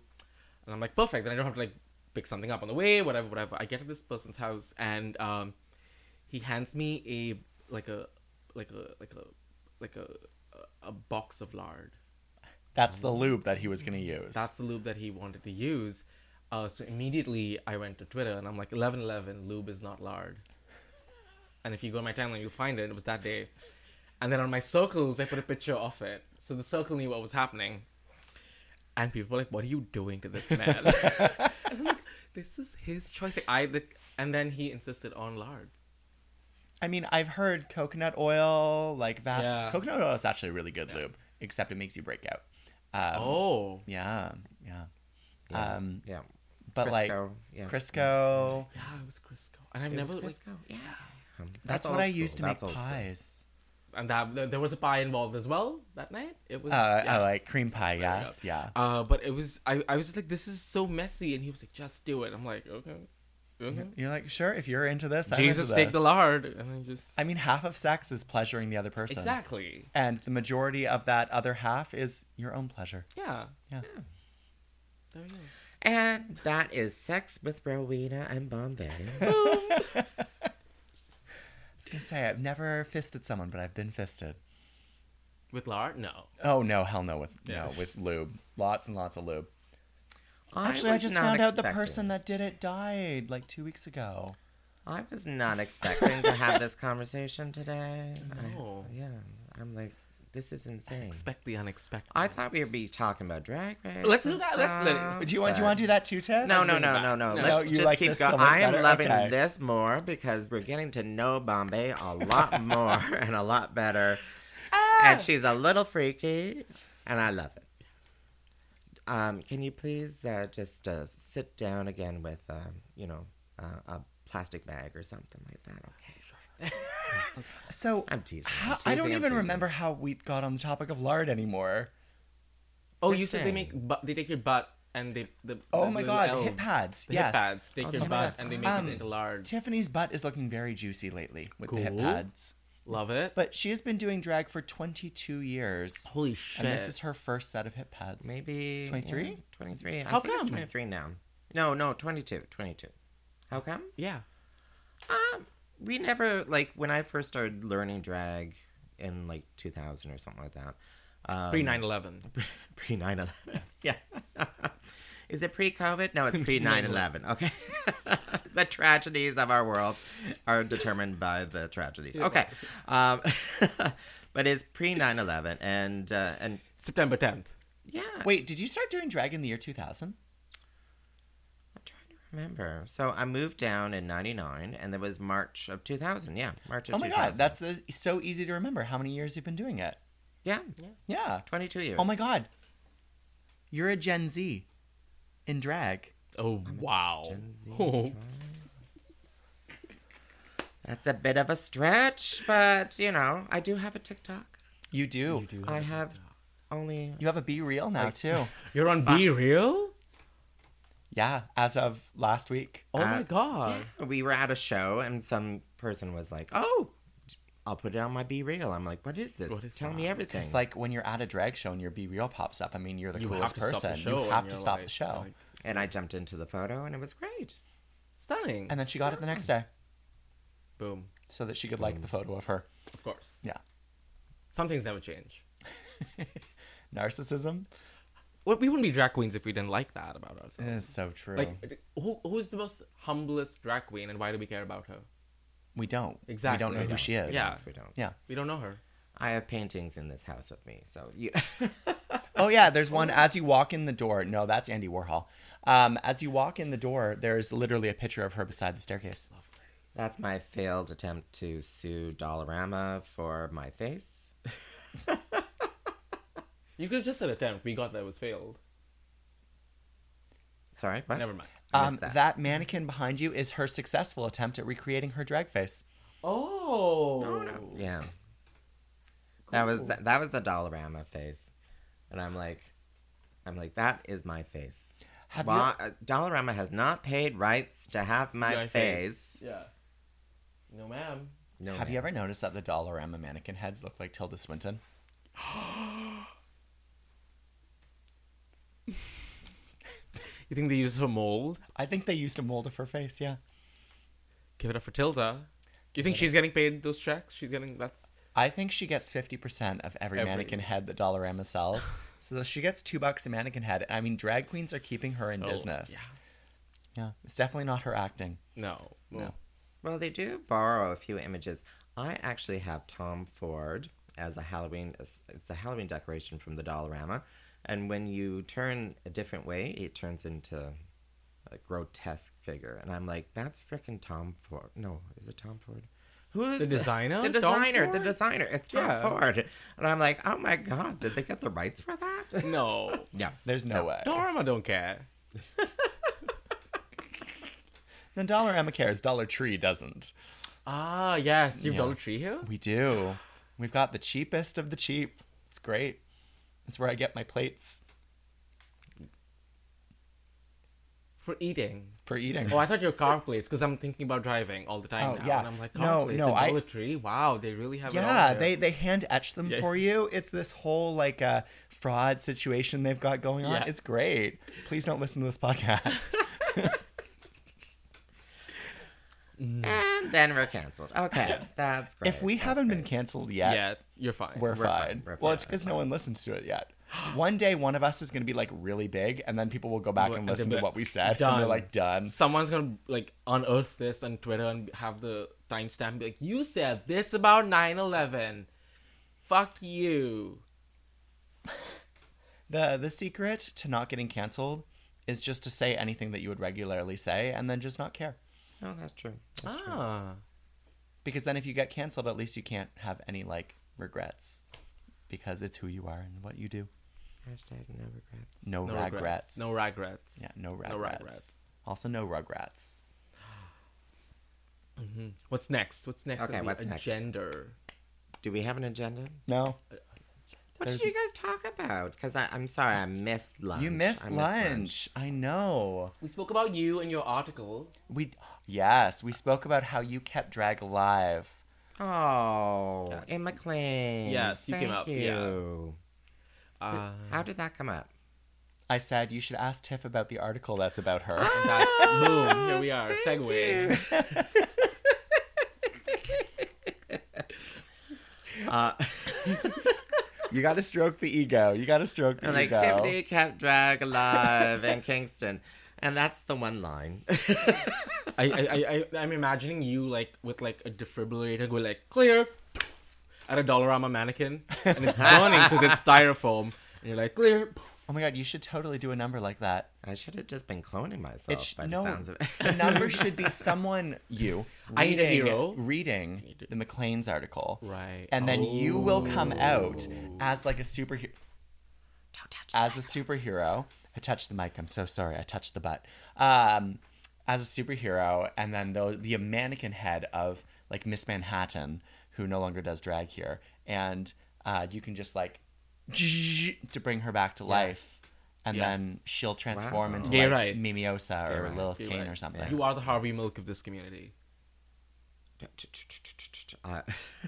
[SPEAKER 4] And I'm like, perfect. Then I don't have to like pick something up on the way, whatever, whatever. I get to this person's house, and um, he hands me a like a like a like a like a a box of lard.
[SPEAKER 3] That's the lube that he was going to use.
[SPEAKER 4] That's the lube that he wanted to use. Uh, so immediately I went to Twitter and I'm like, 1111, lube is not lard. And if you go to my timeline, you'll find it. It was that day. And then on my circles, I put a picture of it. So the circle knew what was happening. And people were like, what are you doing to this man? and I'm like, this is his choice. Like, I, the, and then he insisted on lard.
[SPEAKER 3] I mean, I've heard coconut oil like that.
[SPEAKER 4] Yeah.
[SPEAKER 3] Coconut oil is actually a really good lube, except it makes you break out. Um,
[SPEAKER 4] oh.
[SPEAKER 3] Yeah. Yeah.
[SPEAKER 1] Yeah.
[SPEAKER 3] Um,
[SPEAKER 1] yeah.
[SPEAKER 3] but like
[SPEAKER 1] Crisco, yeah.
[SPEAKER 3] Crisco.
[SPEAKER 4] Yeah, it was Crisco. And I've
[SPEAKER 1] It was
[SPEAKER 4] never, like,
[SPEAKER 1] Crisco, yeah. Um,
[SPEAKER 3] That's,
[SPEAKER 1] old
[SPEAKER 3] what I
[SPEAKER 1] school,
[SPEAKER 3] used to
[SPEAKER 1] that's
[SPEAKER 3] make
[SPEAKER 1] old school.
[SPEAKER 3] pies.
[SPEAKER 4] and that, there was a pie involved as well that night. It was.
[SPEAKER 3] Uh,
[SPEAKER 4] yeah.
[SPEAKER 3] I like cream pie.
[SPEAKER 4] There we
[SPEAKER 3] Yes.
[SPEAKER 4] go.
[SPEAKER 3] Yeah.
[SPEAKER 4] Uh, but it was I, I was just like, this is so messy, and he was like, just do it. I'm like, okay, okay.
[SPEAKER 3] You're like, sure. If you're into this, I'm
[SPEAKER 4] Jesus,
[SPEAKER 3] into
[SPEAKER 4] take the
[SPEAKER 3] this."
[SPEAKER 4] lard, and I just
[SPEAKER 3] I mean, half of sex is pleasuring the other person.
[SPEAKER 4] exactly,
[SPEAKER 3] and the majority of that other half is your own pleasure.
[SPEAKER 4] yeah,
[SPEAKER 3] Yeah.
[SPEAKER 4] there we go.
[SPEAKER 1] And that is Sex with Rowena and Bombay.
[SPEAKER 3] I was gonna say I've never fisted someone, but I've been fisted.
[SPEAKER 4] With Lara? No.
[SPEAKER 3] Oh no, hell no with
[SPEAKER 4] Yeah.
[SPEAKER 3] no with lube. Lots and lots of lube.
[SPEAKER 1] Actually, I, just found out the person that
[SPEAKER 3] did it died like two weeks ago.
[SPEAKER 1] I was not expecting to have this conversation today. I-
[SPEAKER 4] No.
[SPEAKER 1] yeah, I'm like, this is insane.
[SPEAKER 4] Expect the unexpected.
[SPEAKER 1] I thought we'd be talking about drag race.
[SPEAKER 4] Let's
[SPEAKER 1] and
[SPEAKER 4] do that. Let's let it-
[SPEAKER 1] stuff,
[SPEAKER 4] But
[SPEAKER 3] Do you want do you
[SPEAKER 1] but-
[SPEAKER 3] want to do that too, Tiff?
[SPEAKER 1] Oh, No,
[SPEAKER 4] Let's
[SPEAKER 1] no,
[SPEAKER 4] bring it
[SPEAKER 1] no,
[SPEAKER 4] back.
[SPEAKER 1] no, no,
[SPEAKER 4] No,
[SPEAKER 1] Let's
[SPEAKER 3] you
[SPEAKER 1] just
[SPEAKER 3] like
[SPEAKER 1] keep
[SPEAKER 3] this so
[SPEAKER 1] going.
[SPEAKER 3] much
[SPEAKER 1] I am
[SPEAKER 3] better?
[SPEAKER 1] loving
[SPEAKER 3] Okay.
[SPEAKER 1] this more because we're getting to know Bombay a lot more and a lot better.
[SPEAKER 4] Ah!
[SPEAKER 1] And she's a little freaky, and I love it. Um, can you please uh, just uh, sit down again with, um, you know, uh, a plastic bag or something like that? Okay, sure.
[SPEAKER 3] So
[SPEAKER 1] I'm teasing.
[SPEAKER 3] how,
[SPEAKER 1] I'm
[SPEAKER 3] I
[SPEAKER 1] teasing,
[SPEAKER 3] don't
[SPEAKER 1] I'm
[SPEAKER 3] even
[SPEAKER 1] teasing.
[SPEAKER 3] remember how we got on the topic of lard anymore.
[SPEAKER 4] oh,
[SPEAKER 1] this
[SPEAKER 4] you said they
[SPEAKER 1] thing.
[SPEAKER 4] make but they take your butt and they the
[SPEAKER 3] Oh
[SPEAKER 4] the
[SPEAKER 3] my
[SPEAKER 4] little
[SPEAKER 3] God,
[SPEAKER 4] elves,
[SPEAKER 3] hip pads,
[SPEAKER 4] The
[SPEAKER 3] yes.
[SPEAKER 4] Hip pads take
[SPEAKER 1] Oh,
[SPEAKER 4] your
[SPEAKER 1] hip
[SPEAKER 4] butt
[SPEAKER 1] pads.
[SPEAKER 4] and they make
[SPEAKER 3] Um,
[SPEAKER 4] it into large.
[SPEAKER 3] Tiffany's butt is looking very juicy lately with the hip
[SPEAKER 4] Cool.
[SPEAKER 3] pads.
[SPEAKER 4] Love it.
[SPEAKER 3] But she has been doing drag for 22 years.
[SPEAKER 4] holy shit.
[SPEAKER 3] And this is her first set of hip pads.
[SPEAKER 1] Maybe
[SPEAKER 3] 23?
[SPEAKER 1] yeah, 23. I
[SPEAKER 4] How
[SPEAKER 1] think it's
[SPEAKER 4] come?
[SPEAKER 1] 23 now. No, no, 22. 22. How come?
[SPEAKER 4] yeah.
[SPEAKER 1] Um, we never like when I first started learning drag in like 2000 or something like that. Um,
[SPEAKER 4] Pre 9 11.
[SPEAKER 1] pre 9 11. Yes. Is it pre COVID? No, it's pre 9 11. Okay. the tragedies of our world are determined by the tragedies. Okay. Um, but it's pre 9 11 and uh, and
[SPEAKER 4] September 10th.
[SPEAKER 1] yeah.
[SPEAKER 3] Wait, did you start doing drag in the year 2000?
[SPEAKER 1] I'm trying to remember. So I moved down in 99 and there was March of 2000. Yeah, March of
[SPEAKER 3] Oh my
[SPEAKER 1] 2000.
[SPEAKER 3] god, that's uh so easy to remember how many years you've been doing it.
[SPEAKER 1] Yeah.
[SPEAKER 3] Yeah.
[SPEAKER 1] 22 years.
[SPEAKER 3] Oh my god. You're a Gen Z in drag.
[SPEAKER 4] Oh, wow.
[SPEAKER 1] Gen Z
[SPEAKER 4] Oh,
[SPEAKER 1] That's a bit of a stretch, but you know, I do have a TikTok.
[SPEAKER 3] You do.
[SPEAKER 4] you
[SPEAKER 3] You,
[SPEAKER 4] do.
[SPEAKER 1] I have only
[SPEAKER 3] have a Be Real now too.
[SPEAKER 4] You're on Be Real?
[SPEAKER 3] yeah, as of last week.
[SPEAKER 4] Oh my
[SPEAKER 1] Uh,
[SPEAKER 4] god.
[SPEAKER 1] we were at a show and some person was like, "Oh, I'll put it on my Be Real." I'm like, "What is this?
[SPEAKER 4] What is
[SPEAKER 1] Tell me everything."
[SPEAKER 3] It's like when you're at a drag show and your Be Real pops up, I mean, you're the
[SPEAKER 4] You
[SPEAKER 3] coolest
[SPEAKER 4] have to stop the
[SPEAKER 3] person.
[SPEAKER 4] show
[SPEAKER 3] you have
[SPEAKER 4] and
[SPEAKER 3] to
[SPEAKER 4] you're
[SPEAKER 3] stop
[SPEAKER 4] like-
[SPEAKER 3] the show.
[SPEAKER 4] like-
[SPEAKER 1] and I jumped into the photo and it was great.
[SPEAKER 4] Stunning.
[SPEAKER 3] and then she got it the next day
[SPEAKER 4] Boom.
[SPEAKER 3] so that she could like the
[SPEAKER 4] Mm.
[SPEAKER 3] photo of her.
[SPEAKER 4] Of course.
[SPEAKER 3] Yeah.
[SPEAKER 4] Some things never change.
[SPEAKER 3] Narcissism
[SPEAKER 4] Well, we wouldn't be drag queens if we didn't like that about ourselves.
[SPEAKER 3] is so true.
[SPEAKER 4] Like, who who's the most humblest drag queen, and why do we care about her?
[SPEAKER 3] we don't.
[SPEAKER 4] Exactly.
[SPEAKER 3] We don't know
[SPEAKER 4] We
[SPEAKER 3] who
[SPEAKER 4] don't.
[SPEAKER 3] she is.
[SPEAKER 4] Yeah.
[SPEAKER 1] we don't.
[SPEAKER 3] Yeah.
[SPEAKER 4] We don't know her.
[SPEAKER 1] I have paintings in this house with me, so you.
[SPEAKER 3] Oh yeah, there's one as you walk in the door. No, that's Andy Warhol. Um, as you walk in the door, there's literally a picture of her beside the staircase.
[SPEAKER 1] That's my failed attempt to sue Dollarama for my face.
[SPEAKER 4] You could have just said attempt. We got that it was failed.
[SPEAKER 1] Sorry, what?
[SPEAKER 4] Never mind.
[SPEAKER 1] I
[SPEAKER 3] Um,
[SPEAKER 1] missed
[SPEAKER 3] that. mannequin behind you is her successful attempt at recreating her drag face.
[SPEAKER 4] Oh.
[SPEAKER 1] Yeah. That was that was the Dollarama face, and I'm like, I'm like that is my face.
[SPEAKER 3] Have you-
[SPEAKER 1] Why, uh, Dollarama has not paid rights to have my,
[SPEAKER 4] My
[SPEAKER 1] face.
[SPEAKER 4] face. Yeah. No, ma'am.
[SPEAKER 1] No,
[SPEAKER 3] Have you
[SPEAKER 1] ma'am.
[SPEAKER 3] ever noticed that the Dollarama mannequin heads look like Tilda Swinton?
[SPEAKER 4] You think they used her mold?
[SPEAKER 3] I think they used a mold of her face. Yeah,
[SPEAKER 4] Give it up for Tilda. Do you think she's getting paid those checks? She's getting that's
[SPEAKER 3] I think she gets fifty percent of every,
[SPEAKER 4] Every-
[SPEAKER 3] mannequin head that Dollarama sells. so she gets two bucks a mannequin head. I mean, drag queens are keeping her in
[SPEAKER 4] Oh,
[SPEAKER 3] business. Yeah, it's definitely not her acting.
[SPEAKER 4] no.
[SPEAKER 3] No.
[SPEAKER 1] Well, they do borrow a few images. I actually have Tom Ford as a Halloween. It's a Halloween decoration from the Dollarama, and when you turn a different way, it turns into a grotesque figure. And I'm like, that's frickin' Tom Ford. No, is it Tom Ford? Who is
[SPEAKER 4] The designer?
[SPEAKER 1] The
[SPEAKER 4] Tom
[SPEAKER 1] designer. The
[SPEAKER 4] Ford?
[SPEAKER 1] designer. It's Tom
[SPEAKER 4] Yeah.
[SPEAKER 1] Ford. And I'm like, oh my god, did they get the rights for that?
[SPEAKER 4] No.
[SPEAKER 1] yeah.
[SPEAKER 3] There's no, way.
[SPEAKER 4] Dorama don't care.
[SPEAKER 3] No, Dollar Emma cares. Dollar Tree doesn't.
[SPEAKER 4] Ah, yes. You've
[SPEAKER 3] Yeah.
[SPEAKER 4] Dollar Tree here?
[SPEAKER 3] We do. We've got the cheapest of the cheap. It's great. It's where I get my plates
[SPEAKER 4] For eating.
[SPEAKER 3] for eating.
[SPEAKER 4] Oh, I thought you were car plates because I'm thinking about driving all the time
[SPEAKER 3] Oh,
[SPEAKER 4] now.
[SPEAKER 3] yeah.
[SPEAKER 4] And I'm like,
[SPEAKER 3] No,
[SPEAKER 4] car no, plates
[SPEAKER 3] no,
[SPEAKER 4] no,
[SPEAKER 3] I-
[SPEAKER 4] Dollar Tree? Wow, they really have it all
[SPEAKER 3] yeah,
[SPEAKER 4] there.
[SPEAKER 3] they they hand etch them
[SPEAKER 4] Yeah.
[SPEAKER 3] for you. It's this whole like uh, fraud situation they've got going on.
[SPEAKER 4] Yeah.
[SPEAKER 3] It's great. Please don't listen to this podcast.
[SPEAKER 1] And and then we're canceled. Okay, that's great.
[SPEAKER 3] If we
[SPEAKER 1] that's
[SPEAKER 3] haven't been
[SPEAKER 1] great.
[SPEAKER 3] canceled
[SPEAKER 4] Yeah,
[SPEAKER 3] yet,
[SPEAKER 4] you're fine.
[SPEAKER 3] we're,
[SPEAKER 1] We're fine,
[SPEAKER 3] fine.
[SPEAKER 1] we're
[SPEAKER 3] Well, it's
[SPEAKER 1] fine,
[SPEAKER 3] because no one listens to it yet. One day, one of us is going to be like really big, and then people will go back
[SPEAKER 4] Well,
[SPEAKER 3] and
[SPEAKER 4] and they'll
[SPEAKER 3] listen to
[SPEAKER 4] be like,
[SPEAKER 3] what we said, and
[SPEAKER 4] "Done."
[SPEAKER 3] they're like, done.
[SPEAKER 4] Someone's gonna like unearth this on Twitter and have the timestamp and be like, "You said this about 9/11. Fuck you."
[SPEAKER 3] The the secret to not getting canceled is just to say anything that you would regularly say, and then just not care.
[SPEAKER 1] No, Oh, that's true. That's true.
[SPEAKER 4] Ah,
[SPEAKER 3] Because then, if you get canceled, at least you can't have any like regrets, because it's who you are and what you do.
[SPEAKER 1] Hashtag no regrets.
[SPEAKER 3] No,
[SPEAKER 4] no
[SPEAKER 3] regrets.
[SPEAKER 4] regrets. No regrets.
[SPEAKER 3] Yeah, no regrets. Also, no rugrats.
[SPEAKER 4] What's next? What's next?
[SPEAKER 1] Okay,
[SPEAKER 4] on the
[SPEAKER 1] what's next?
[SPEAKER 4] agenda?
[SPEAKER 1] Do we have an agenda?
[SPEAKER 3] No.
[SPEAKER 1] What
[SPEAKER 3] There's-
[SPEAKER 1] did you guys talk about? Because I'm sorry, I missed lunch.
[SPEAKER 3] You missed
[SPEAKER 1] I
[SPEAKER 3] lunch. I know.
[SPEAKER 4] We spoke about you and your article.
[SPEAKER 3] We yes, we spoke about how you kept drag alive.
[SPEAKER 1] Oh,
[SPEAKER 4] Yes.
[SPEAKER 1] in McLean.
[SPEAKER 4] Yes, you came up, yeah.
[SPEAKER 1] you.
[SPEAKER 4] Uh,
[SPEAKER 1] How did that come up?
[SPEAKER 3] I said you should ask Tiff about the article that's about her.
[SPEAKER 4] that's
[SPEAKER 1] Oh,
[SPEAKER 4] boom. Here we are. Segue.
[SPEAKER 3] you got to stroke the ego. You got to stroke the
[SPEAKER 1] And like
[SPEAKER 3] ego.
[SPEAKER 1] Tiffany kept drag alive in Kingston, and that's the one line.
[SPEAKER 4] I, I, I, I, I'm imagining you like with like a defibrillator go like clear at a Dollarama mannequin, and it's burning because it's styrofoam, and you're like clear.
[SPEAKER 3] Oh my god, you should totally do a number like that.
[SPEAKER 1] I should have just been cloning myself
[SPEAKER 3] It sh-
[SPEAKER 1] by the
[SPEAKER 3] no.
[SPEAKER 1] sounds of
[SPEAKER 3] The
[SPEAKER 1] it.
[SPEAKER 3] number should be someone you.
[SPEAKER 4] I need a
[SPEAKER 3] reading-
[SPEAKER 4] hero.
[SPEAKER 3] reading the McLean's article,
[SPEAKER 4] Right. Oh.
[SPEAKER 3] and then you will come out
[SPEAKER 1] Oh.
[SPEAKER 3] as like a superhero.
[SPEAKER 1] Don't touch
[SPEAKER 3] as a superhero. I touched the mic. I'm so sorry. I touched the butt. Um, as a superhero, and then there'll be a mannequin head of like Miss Manhattan, who no longer does drag here, and uh, you can just like to bring her back to life, and
[SPEAKER 4] Yes.
[SPEAKER 3] then she'll transform
[SPEAKER 1] Wow.
[SPEAKER 3] into
[SPEAKER 4] Gay
[SPEAKER 3] like
[SPEAKER 4] rights.
[SPEAKER 3] Mimiosa
[SPEAKER 1] Gay
[SPEAKER 3] or
[SPEAKER 1] rights.
[SPEAKER 3] Lilith
[SPEAKER 4] Gay
[SPEAKER 3] Kane or
[SPEAKER 4] rights.
[SPEAKER 3] something.
[SPEAKER 4] You are the Harvey Milk of this community.
[SPEAKER 1] Uh,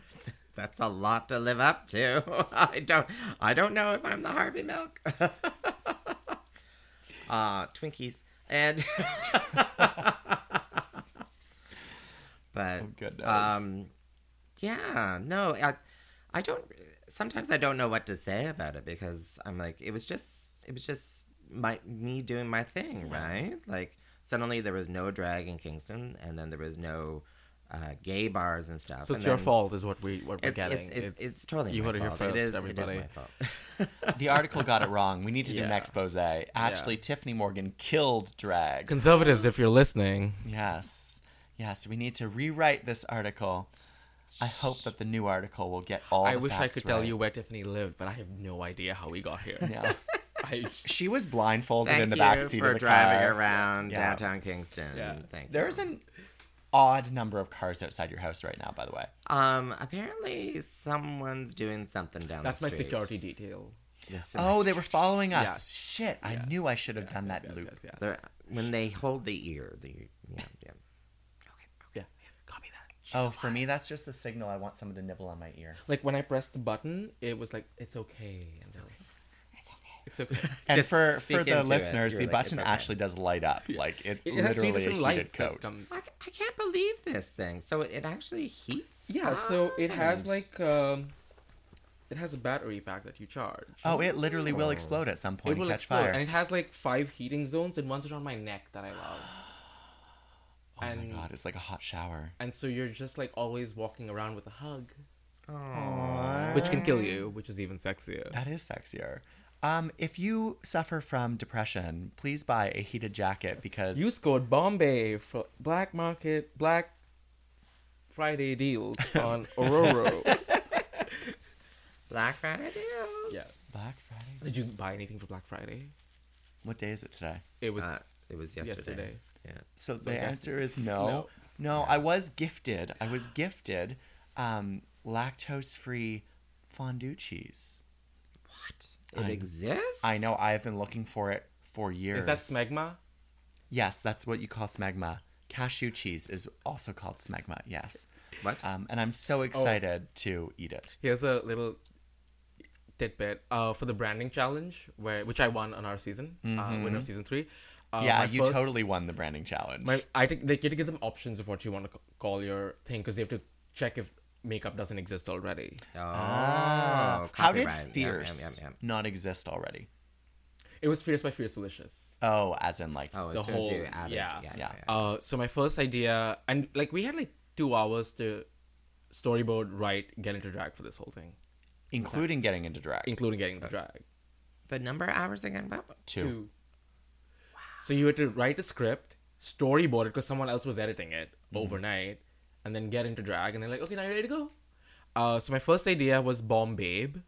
[SPEAKER 1] that's a lot to live up to. I don't. I don't know if I'm the Harvey Milk. uh, Twinkies and. but
[SPEAKER 3] Oh, goodness.
[SPEAKER 1] um, yeah, no, I, I don't. Sometimes I don't know what to say about it because I'm like, it was just, it was just my me doing my thing, right? Like suddenly there was no drag in Kingston, and then there was no uh, gay bars and stuff.
[SPEAKER 4] So
[SPEAKER 1] and
[SPEAKER 4] it's your
[SPEAKER 1] then-
[SPEAKER 4] fault, is what we what we're
[SPEAKER 1] It's,
[SPEAKER 4] getting.
[SPEAKER 1] it's, it's, it's, totally
[SPEAKER 4] you
[SPEAKER 1] my
[SPEAKER 4] heard it here
[SPEAKER 1] fault.
[SPEAKER 4] first,
[SPEAKER 1] it is,
[SPEAKER 4] everybody.
[SPEAKER 1] It is my fault.
[SPEAKER 3] the article got it wrong. We need to do an
[SPEAKER 4] Yeah.
[SPEAKER 3] expose. Actually, Tiffany Morgan killed drag.
[SPEAKER 4] Conservatives, if you're listening,
[SPEAKER 3] Yes. Yes, we need to rewrite this article. I hope that the new article will get all.
[SPEAKER 4] I
[SPEAKER 3] the
[SPEAKER 4] wish I
[SPEAKER 3] facts
[SPEAKER 4] could tell
[SPEAKER 3] right.
[SPEAKER 4] you where Tiffany lived, but I have no idea how we got here.
[SPEAKER 3] Yeah.
[SPEAKER 4] I,
[SPEAKER 3] She was blindfolded
[SPEAKER 1] Thank
[SPEAKER 3] in the
[SPEAKER 1] you
[SPEAKER 3] back seat
[SPEAKER 1] for
[SPEAKER 3] of the
[SPEAKER 1] driving
[SPEAKER 3] car.
[SPEAKER 1] around
[SPEAKER 3] Yeah.
[SPEAKER 1] downtown Kingston.
[SPEAKER 4] Yeah.
[SPEAKER 1] Thank you.
[SPEAKER 3] There's an odd number of cars outside your house right now, by the way.
[SPEAKER 1] um. Apparently, someone's doing something down.
[SPEAKER 4] that's
[SPEAKER 1] the
[SPEAKER 4] my
[SPEAKER 1] street.
[SPEAKER 4] security detail.
[SPEAKER 1] Yes,
[SPEAKER 3] Oh, they were following us.
[SPEAKER 4] Yes.
[SPEAKER 3] Shit, I knew I should have done that
[SPEAKER 4] Yes,
[SPEAKER 3] loop.
[SPEAKER 4] yes, yes.
[SPEAKER 1] They're, when they hold the ear, the yeah, yeah.
[SPEAKER 4] Yeah, copy that.
[SPEAKER 3] Oh, for me, that's just a signal. I want someone to nibble on my ear.
[SPEAKER 4] Like when I pressed the button, it was like it's okay. It's okay. It's okay.
[SPEAKER 3] And
[SPEAKER 1] Just
[SPEAKER 3] for
[SPEAKER 1] speak
[SPEAKER 3] for the
[SPEAKER 1] into it.
[SPEAKER 3] listeners,
[SPEAKER 1] You're
[SPEAKER 3] the
[SPEAKER 1] like,
[SPEAKER 3] button
[SPEAKER 1] "It's okay."
[SPEAKER 3] actually does light up. Like it's
[SPEAKER 4] It has
[SPEAKER 3] literally
[SPEAKER 4] three
[SPEAKER 3] a
[SPEAKER 4] different
[SPEAKER 3] heated
[SPEAKER 4] lights that
[SPEAKER 3] coat.
[SPEAKER 4] come-
[SPEAKER 1] I, I can't believe this thing. So it, it actually heats.
[SPEAKER 4] Yeah, so it has
[SPEAKER 1] up.
[SPEAKER 4] like um, it has a battery pack that you charge.
[SPEAKER 3] Oh, it literally will explode at some point
[SPEAKER 4] it will
[SPEAKER 3] and catch
[SPEAKER 4] explode,
[SPEAKER 3] fire.
[SPEAKER 4] and it has like five heating zones, and one's around my neck that I love.
[SPEAKER 3] oh
[SPEAKER 4] and
[SPEAKER 3] my god, it's like a hot shower.
[SPEAKER 4] and so you're just like always walking around with a hug,
[SPEAKER 1] Aw.
[SPEAKER 4] which can kill you, which is even sexier.
[SPEAKER 3] That is sexier. Um, if you suffer from depression, please buy a heated jacket because
[SPEAKER 4] You scored Bombay for black market black Friday deals on Ororo.
[SPEAKER 1] Black Friday.
[SPEAKER 4] yeah.
[SPEAKER 3] Black Friday.
[SPEAKER 4] Did you buy anything for Black Friday?
[SPEAKER 3] What day is it today?
[SPEAKER 4] It was
[SPEAKER 1] Uh, it was yesterday.
[SPEAKER 4] Yesterday.
[SPEAKER 1] Yeah.
[SPEAKER 3] So, the
[SPEAKER 4] I guess-
[SPEAKER 3] answer is no. No,
[SPEAKER 4] no.
[SPEAKER 3] I was gifted. I was gifted um, lactose-free fondue cheese.
[SPEAKER 1] What? It
[SPEAKER 3] I-
[SPEAKER 1] exists.
[SPEAKER 3] I know. I have been looking for it for years.
[SPEAKER 4] is that smegma?
[SPEAKER 3] Yes, that's what you call smegma. Cashew cheese is also called smegma. Yes.
[SPEAKER 1] What?
[SPEAKER 4] Uh,
[SPEAKER 3] Um, and I'm
[SPEAKER 4] Oh.
[SPEAKER 3] so excited to eat it.
[SPEAKER 4] Here's a little tidbit uh, for the branding challenge, where which I won on our season, uh, winner of season three. uh,
[SPEAKER 3] Mm-hmm. yeah,
[SPEAKER 4] my
[SPEAKER 3] you
[SPEAKER 4] first-
[SPEAKER 3] totally won the branding challenge.
[SPEAKER 4] My, I think they get to give them options of what you want to c- call your thing because they have to check if makeup doesn't exist already.
[SPEAKER 1] Oh,
[SPEAKER 4] oh,
[SPEAKER 3] How did
[SPEAKER 1] copyright. Yum,
[SPEAKER 3] fierce
[SPEAKER 1] yum, yum, yum.
[SPEAKER 3] not exist already?
[SPEAKER 4] It was fierce by fierce delicious.
[SPEAKER 3] Oh, as in like
[SPEAKER 1] Oh, as
[SPEAKER 4] The
[SPEAKER 1] soon as you
[SPEAKER 4] whole-
[SPEAKER 1] added,
[SPEAKER 4] yeah.
[SPEAKER 1] yeah,
[SPEAKER 3] Yeah.
[SPEAKER 4] Uh, so my first idea, and like we had like two hours to storyboard, write, get into drag for this whole thing,
[SPEAKER 3] including getting into drag.
[SPEAKER 4] including getting into drag.
[SPEAKER 1] The number of hours again, Bob?
[SPEAKER 3] Two.
[SPEAKER 4] Two. So you had to write a script, storyboard it because someone else was editing it overnight, and then get into drag, and they're like, okay, now you're ready to go. Uh, so my first idea was Bomb Babe,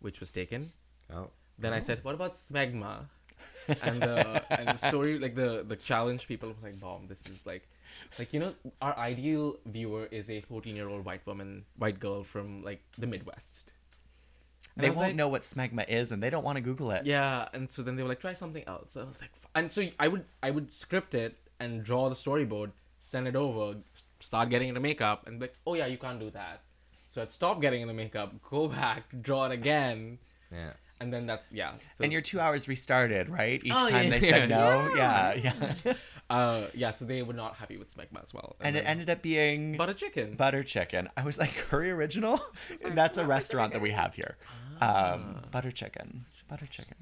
[SPEAKER 4] which was taken.
[SPEAKER 1] Oh,
[SPEAKER 4] Then I said, what about Smegma? and the and the story like the the challenge people were like bomb this is like like you know our ideal viewer is a 14 year old white woman white girl from like the midwest And
[SPEAKER 3] They
[SPEAKER 4] I was
[SPEAKER 3] won't
[SPEAKER 4] like,
[SPEAKER 3] know what smegma is, and they don't want to Google it.
[SPEAKER 4] yeah and so then they were like try something else So i was like f- and so i would i would script it and draw the storyboard send it over start getting into makeup and be like oh yeah you can't do that so i'd stop getting into makeup go back draw it again
[SPEAKER 1] yeah.
[SPEAKER 4] and then that's yeah so
[SPEAKER 3] And your two hours restarted, right? Each
[SPEAKER 4] Oh,
[SPEAKER 3] time
[SPEAKER 4] yeah,
[SPEAKER 3] they
[SPEAKER 4] yeah,
[SPEAKER 3] said no. Yeah, yeah.
[SPEAKER 4] uh yeah so they were not happy with smegma as well
[SPEAKER 3] And it
[SPEAKER 4] then-
[SPEAKER 3] ended up being
[SPEAKER 4] Butter chicken.
[SPEAKER 3] butter chicken. I was like, curry original? That's a restaurant that we have here. Um,
[SPEAKER 4] Ah.
[SPEAKER 3] butter chicken. Butter chicken.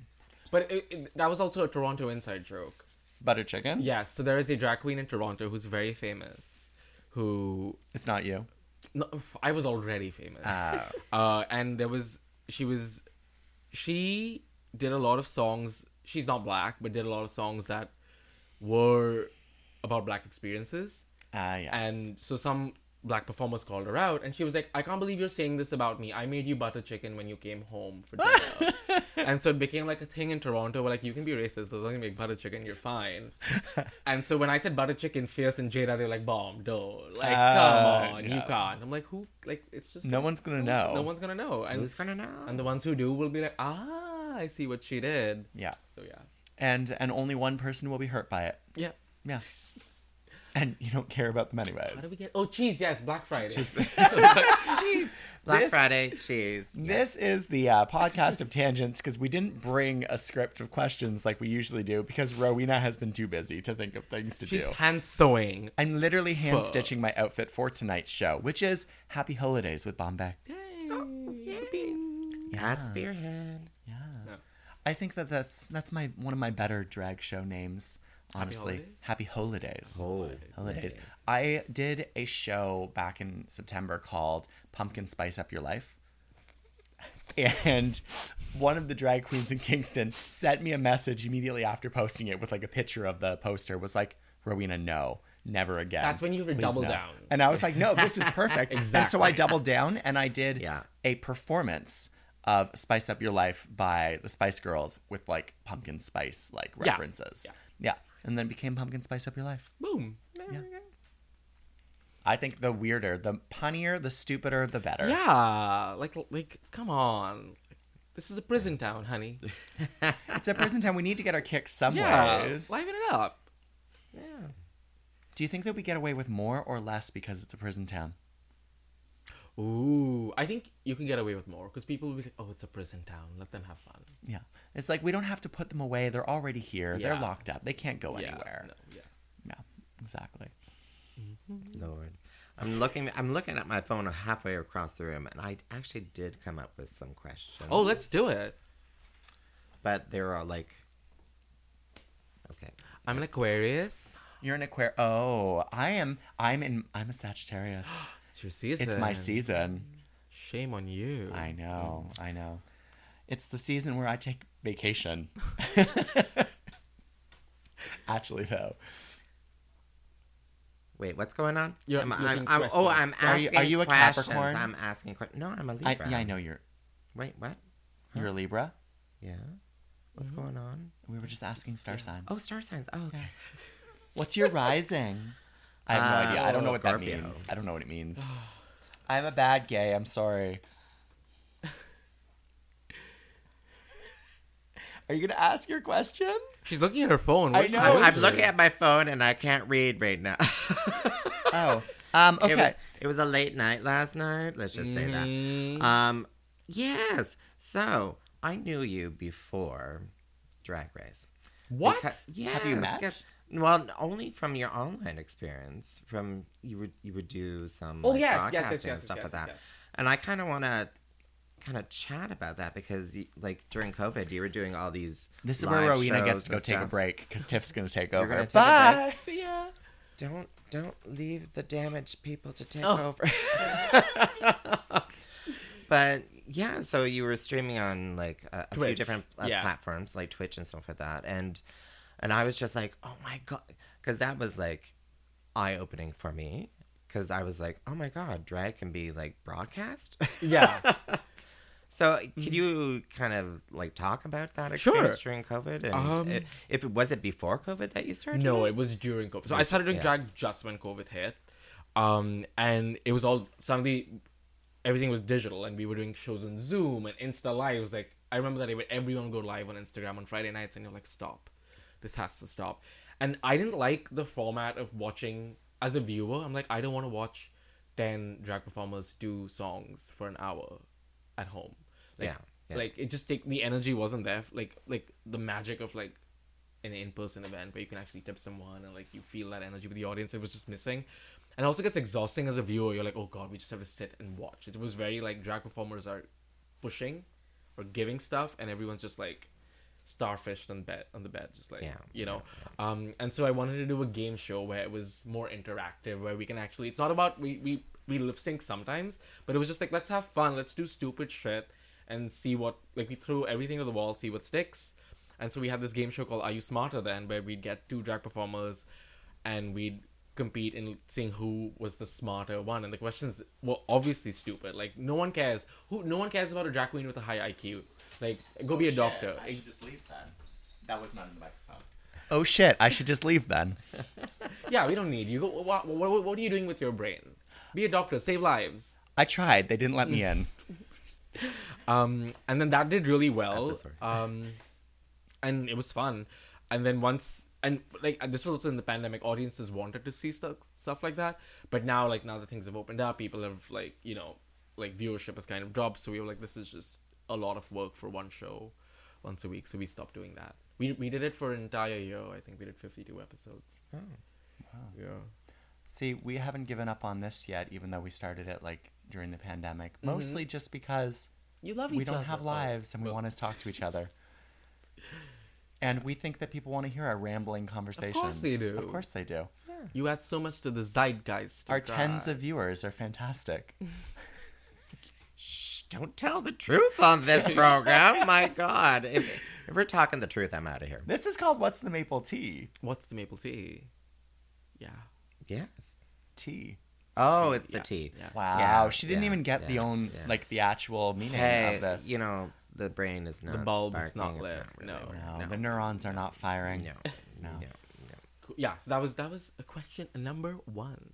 [SPEAKER 4] But it, it, that was also a Toronto inside joke.
[SPEAKER 3] Butter chicken?
[SPEAKER 4] Yes, so there is a drag queen in Toronto who's very famous, who
[SPEAKER 3] It's not you.
[SPEAKER 4] no, f- I was already famous.
[SPEAKER 3] Uh,
[SPEAKER 4] Uh, and there was she was she did a lot of songs. She's not black, but did a lot of songs that were about black experiences.
[SPEAKER 3] ah, yes.
[SPEAKER 4] And so some black performers called her out, and she was like, "I can't believe you're saying this about me. I made you butter chicken when you came home for dinner." and so it became like a thing in Toronto where like you can be racist, but as long as you make butter chicken, you're fine. and so when I said butter chicken, Fierce and Jada, they're like, "Bomb, dough, like
[SPEAKER 3] Ah,
[SPEAKER 4] come on,
[SPEAKER 3] yeah.
[SPEAKER 4] you can't." I'm like, "Who? Like it's just
[SPEAKER 3] no one's going to
[SPEAKER 4] no
[SPEAKER 3] know.
[SPEAKER 4] one's, gonna know." And
[SPEAKER 1] Who's gonna know?
[SPEAKER 4] and the ones who do will be like, "Ah, I see what she did."
[SPEAKER 3] Yeah.
[SPEAKER 4] So yeah,
[SPEAKER 3] And, and only one person will be hurt by it.
[SPEAKER 4] yeah.
[SPEAKER 3] Yeah. And you don't care about them
[SPEAKER 4] How
[SPEAKER 3] anyways.
[SPEAKER 4] do we get? Oh, cheese! Yes, Black Friday.
[SPEAKER 1] cheese. Black
[SPEAKER 3] This-
[SPEAKER 1] Friday cheese.
[SPEAKER 3] This is the uh, podcast of tangents because we didn't bring a script of questions like we usually do because Rowena has been too busy to think of things to
[SPEAKER 4] She's
[SPEAKER 3] do.
[SPEAKER 4] hand sewing.
[SPEAKER 3] I'm literally hand stitching my outfit for tonight's show, which is Happy Holidays with Bombay.
[SPEAKER 1] At Spearhead.
[SPEAKER 3] Yeah. I think that that's that's my one of my better drag show names. Honestly, Happy Holidays.
[SPEAKER 1] Oh.
[SPEAKER 3] Holidays. I did a show back in September called Pumpkin Spice Up Your Life. And one of the drag queens in Kingston sent me a message immediately after posting it with like a picture of the poster was like, Rowena, no, never again.
[SPEAKER 4] That's when you have to
[SPEAKER 3] Please
[SPEAKER 4] double down.
[SPEAKER 3] And I was like, no, this is perfect. And so I doubled down and I did
[SPEAKER 1] Yeah.
[SPEAKER 3] a performance of Spice Up Your Life by the Spice Girls with like pumpkin spice like references. yeah. And then became Pumpkin Spice Up Your Life.
[SPEAKER 4] Boom.
[SPEAKER 3] I think the weirder, the punnier, the stupider, the better.
[SPEAKER 4] Yeah, like like come on, this is a prison town, honey.
[SPEAKER 3] It's a prison time. We need to get our kicks some
[SPEAKER 4] Yeah,
[SPEAKER 3] ways.
[SPEAKER 4] liven it up.
[SPEAKER 1] Yeah.
[SPEAKER 3] Do you think that we get away with more or less because it's a prison town?
[SPEAKER 4] Ooh, I think you can get away with more because people will be like, "Oh, it's a prison town. Let them have fun."
[SPEAKER 3] Yeah. It's like we don't have to put them away. They're already here. They're
[SPEAKER 4] Yeah.
[SPEAKER 3] locked up. They can't go
[SPEAKER 4] Yeah,
[SPEAKER 3] anywhere.
[SPEAKER 4] no, yeah.
[SPEAKER 3] Yeah, exactly.
[SPEAKER 1] Lord. I'm looking I'm looking at my phone halfway across the room and I actually did come up with some questions.
[SPEAKER 4] Oh, let's do it.
[SPEAKER 1] but there are like Okay.
[SPEAKER 4] I'm an Aquarius.
[SPEAKER 3] You're an Aquarius. Oh, I am. I'm in. I'm a Sagittarius.
[SPEAKER 4] It's your season.
[SPEAKER 3] it's my season.
[SPEAKER 4] Shame on you.
[SPEAKER 3] I know. I know. It's the season where I take vacation. Actually, though,
[SPEAKER 1] Wait, what's going on?
[SPEAKER 4] You're
[SPEAKER 1] I'm,
[SPEAKER 4] looking
[SPEAKER 1] I'm, I'm, oh, I'm
[SPEAKER 4] questions.
[SPEAKER 1] asking
[SPEAKER 3] Are you- are you a
[SPEAKER 1] questions.
[SPEAKER 3] Capricorn?
[SPEAKER 1] I'm asking questions. No, I'm a
[SPEAKER 3] I,
[SPEAKER 1] Libra.
[SPEAKER 3] yeah, I know you're
[SPEAKER 1] Wait, what?
[SPEAKER 3] you're a Libra.
[SPEAKER 1] Yeah. What's
[SPEAKER 3] Mm-hmm.
[SPEAKER 1] going on?
[SPEAKER 3] We were just asking star signs.
[SPEAKER 1] Oh, star signs. Oh, okay.
[SPEAKER 3] What's your rising? I have no
[SPEAKER 1] Uh,
[SPEAKER 3] idea. I don't know what
[SPEAKER 1] Scorpio.
[SPEAKER 3] that means. I don't know what it means. I'm a bad gay. I'm sorry. Are you gonna ask your question?
[SPEAKER 4] She's looking at her phone.
[SPEAKER 3] I
[SPEAKER 4] What-
[SPEAKER 3] know.
[SPEAKER 4] what
[SPEAKER 1] I'm,
[SPEAKER 4] is
[SPEAKER 1] I'm
[SPEAKER 4] it?
[SPEAKER 1] looking at my phone and I can't read right now.
[SPEAKER 3] Oh, um, okay.
[SPEAKER 1] It was it was a late night last night. Let's just
[SPEAKER 3] Mm-hmm.
[SPEAKER 1] say that. Um, yes. So I knew you before Drag Race.
[SPEAKER 4] What?
[SPEAKER 1] Because- yeah.
[SPEAKER 3] Have you met?
[SPEAKER 1] because- well, only from your online experience. From you would you would do some
[SPEAKER 4] Oh,
[SPEAKER 1] like,
[SPEAKER 4] yes, yes, yes,
[SPEAKER 1] broadcasting
[SPEAKER 4] yes,
[SPEAKER 1] and stuff
[SPEAKER 4] yes,
[SPEAKER 1] like
[SPEAKER 4] yes,
[SPEAKER 1] that.
[SPEAKER 4] yes.
[SPEAKER 1] And I kind of want to kind of chat about that because y- like during COVID, you were doing all these.
[SPEAKER 3] This is where
[SPEAKER 1] live
[SPEAKER 3] Rowena
[SPEAKER 1] shows
[SPEAKER 3] gets to go
[SPEAKER 1] and
[SPEAKER 3] take a
[SPEAKER 1] stuff.
[SPEAKER 3] break because Tiff's going to take
[SPEAKER 1] You're
[SPEAKER 3] over.
[SPEAKER 1] gonna take a
[SPEAKER 3] Bye.
[SPEAKER 4] See ya.
[SPEAKER 1] Don't don't leave the damaged people to take over. but yeah, so you were streaming on like a, a few
[SPEAKER 4] Twitch,
[SPEAKER 1] different uh,
[SPEAKER 4] yeah.
[SPEAKER 1] platforms, like Twitch and stuff like that, and and I was just like, oh my god, because that was like eye opening for me, because I was like, oh my god, drag can be like broadcast.
[SPEAKER 4] Yeah.
[SPEAKER 1] so could you kind of like talk about that
[SPEAKER 4] Mm-hmm. Sure.
[SPEAKER 1] experience during COVID? And
[SPEAKER 4] Um,
[SPEAKER 1] i- if it was it before COVID that you started?
[SPEAKER 4] No,
[SPEAKER 1] it?
[SPEAKER 4] it was during COVID. So I started doing
[SPEAKER 1] yeah.
[SPEAKER 4] drag just when COVID hit, um, and it was all suddenly everything was digital, and we were doing shows on Zoom and Insta Lives. Like I remember that day when everyone would go live on Instagram on Friday nights, and you're like, stop, this has to stop. And I didn't like the format of watching as a viewer. I'm like, I don't want to watch ten drag performers do songs for an hour at home. Like,
[SPEAKER 1] Yeah, yeah.
[SPEAKER 4] Like it just take the energy wasn't there. Like like the magic of like an in-person event where you can actually tip someone and like you feel that energy with the audience it was just missing and also gets exhausting as a viewer you're like oh god we just have to sit and watch it was very like drag performers are pushing or giving stuff and everyone's just like starfished on bed on the bed just like
[SPEAKER 1] Yeah,
[SPEAKER 4] you know um and so i wanted to do a game show where it was more interactive where we can actually it's not about we we we lip sync sometimes but it was just like let's have fun let's do stupid shit and see what like we threw everything to the wall see what sticks and so we had this game show called Are You Smarter Than, where we'd get two drag performers and we'd compete in seeing who was the smarter one. And the questions were obviously stupid. Like no one cares. Who no one cares about a drag queen with a high IQ. Like go
[SPEAKER 3] Oh,
[SPEAKER 4] be a doctor. Ex-
[SPEAKER 3] just leave then. That was not in the microphone. Oh shit! I should just leave then.
[SPEAKER 4] yeah, we don't need you. What, what, what, what are you doing with your brain? Be a doctor, save lives.
[SPEAKER 3] I tried. They didn't let me in.
[SPEAKER 4] Um, and then that did really well.
[SPEAKER 1] That's a story.
[SPEAKER 4] Um, and it was fun. And then once and like and this was also in the pandemic, audiences wanted to see stuff stuff like that. But now like now that things have opened up, people have like you know like viewership has kind of dropped. So we were like, this is just a lot of work for one show, once a week. So we stopped doing that. We we did it for an entire year. I think we did fifty two episodes. Oh, wow. Yeah.
[SPEAKER 3] See, we haven't given up on this yet, even though we started it like during the pandemic, mostly just because
[SPEAKER 4] You love each
[SPEAKER 3] we don't
[SPEAKER 4] other.
[SPEAKER 3] have
[SPEAKER 4] Oh,
[SPEAKER 3] lives and we
[SPEAKER 4] well,
[SPEAKER 3] want to talk to each other. And we think that people want to hear our rambling conversations.
[SPEAKER 4] they do.
[SPEAKER 3] Of course they do.
[SPEAKER 4] You add so much to the zeitgeist.
[SPEAKER 3] Our
[SPEAKER 4] drag.
[SPEAKER 3] tens of viewers are fantastic.
[SPEAKER 1] Shh, don't tell the truth on this program. My God. If, if we're talking the truth, I'm out of here.
[SPEAKER 3] This is called What's the Maple Tea?
[SPEAKER 4] What's the maple tea? Yeah.
[SPEAKER 1] Yes.
[SPEAKER 3] Tea.
[SPEAKER 1] Oh, it's the
[SPEAKER 4] Yeah,
[SPEAKER 1] tea.
[SPEAKER 4] yeah.
[SPEAKER 3] Wow.
[SPEAKER 1] Yeah,
[SPEAKER 3] she didn't
[SPEAKER 1] yeah,
[SPEAKER 3] even get the
[SPEAKER 1] yeah,
[SPEAKER 3] own
[SPEAKER 1] yeah.
[SPEAKER 3] like the actual meaning
[SPEAKER 1] Hey,
[SPEAKER 3] of this.
[SPEAKER 1] you know, the brain is not
[SPEAKER 4] bulb is
[SPEAKER 1] sparking. It's
[SPEAKER 4] not lit.
[SPEAKER 1] really
[SPEAKER 4] No.
[SPEAKER 1] working.
[SPEAKER 3] no, the neurons are not firing.
[SPEAKER 1] No.
[SPEAKER 3] No.
[SPEAKER 1] no, no.
[SPEAKER 4] Cool. Yeah, so that was that was a question number one.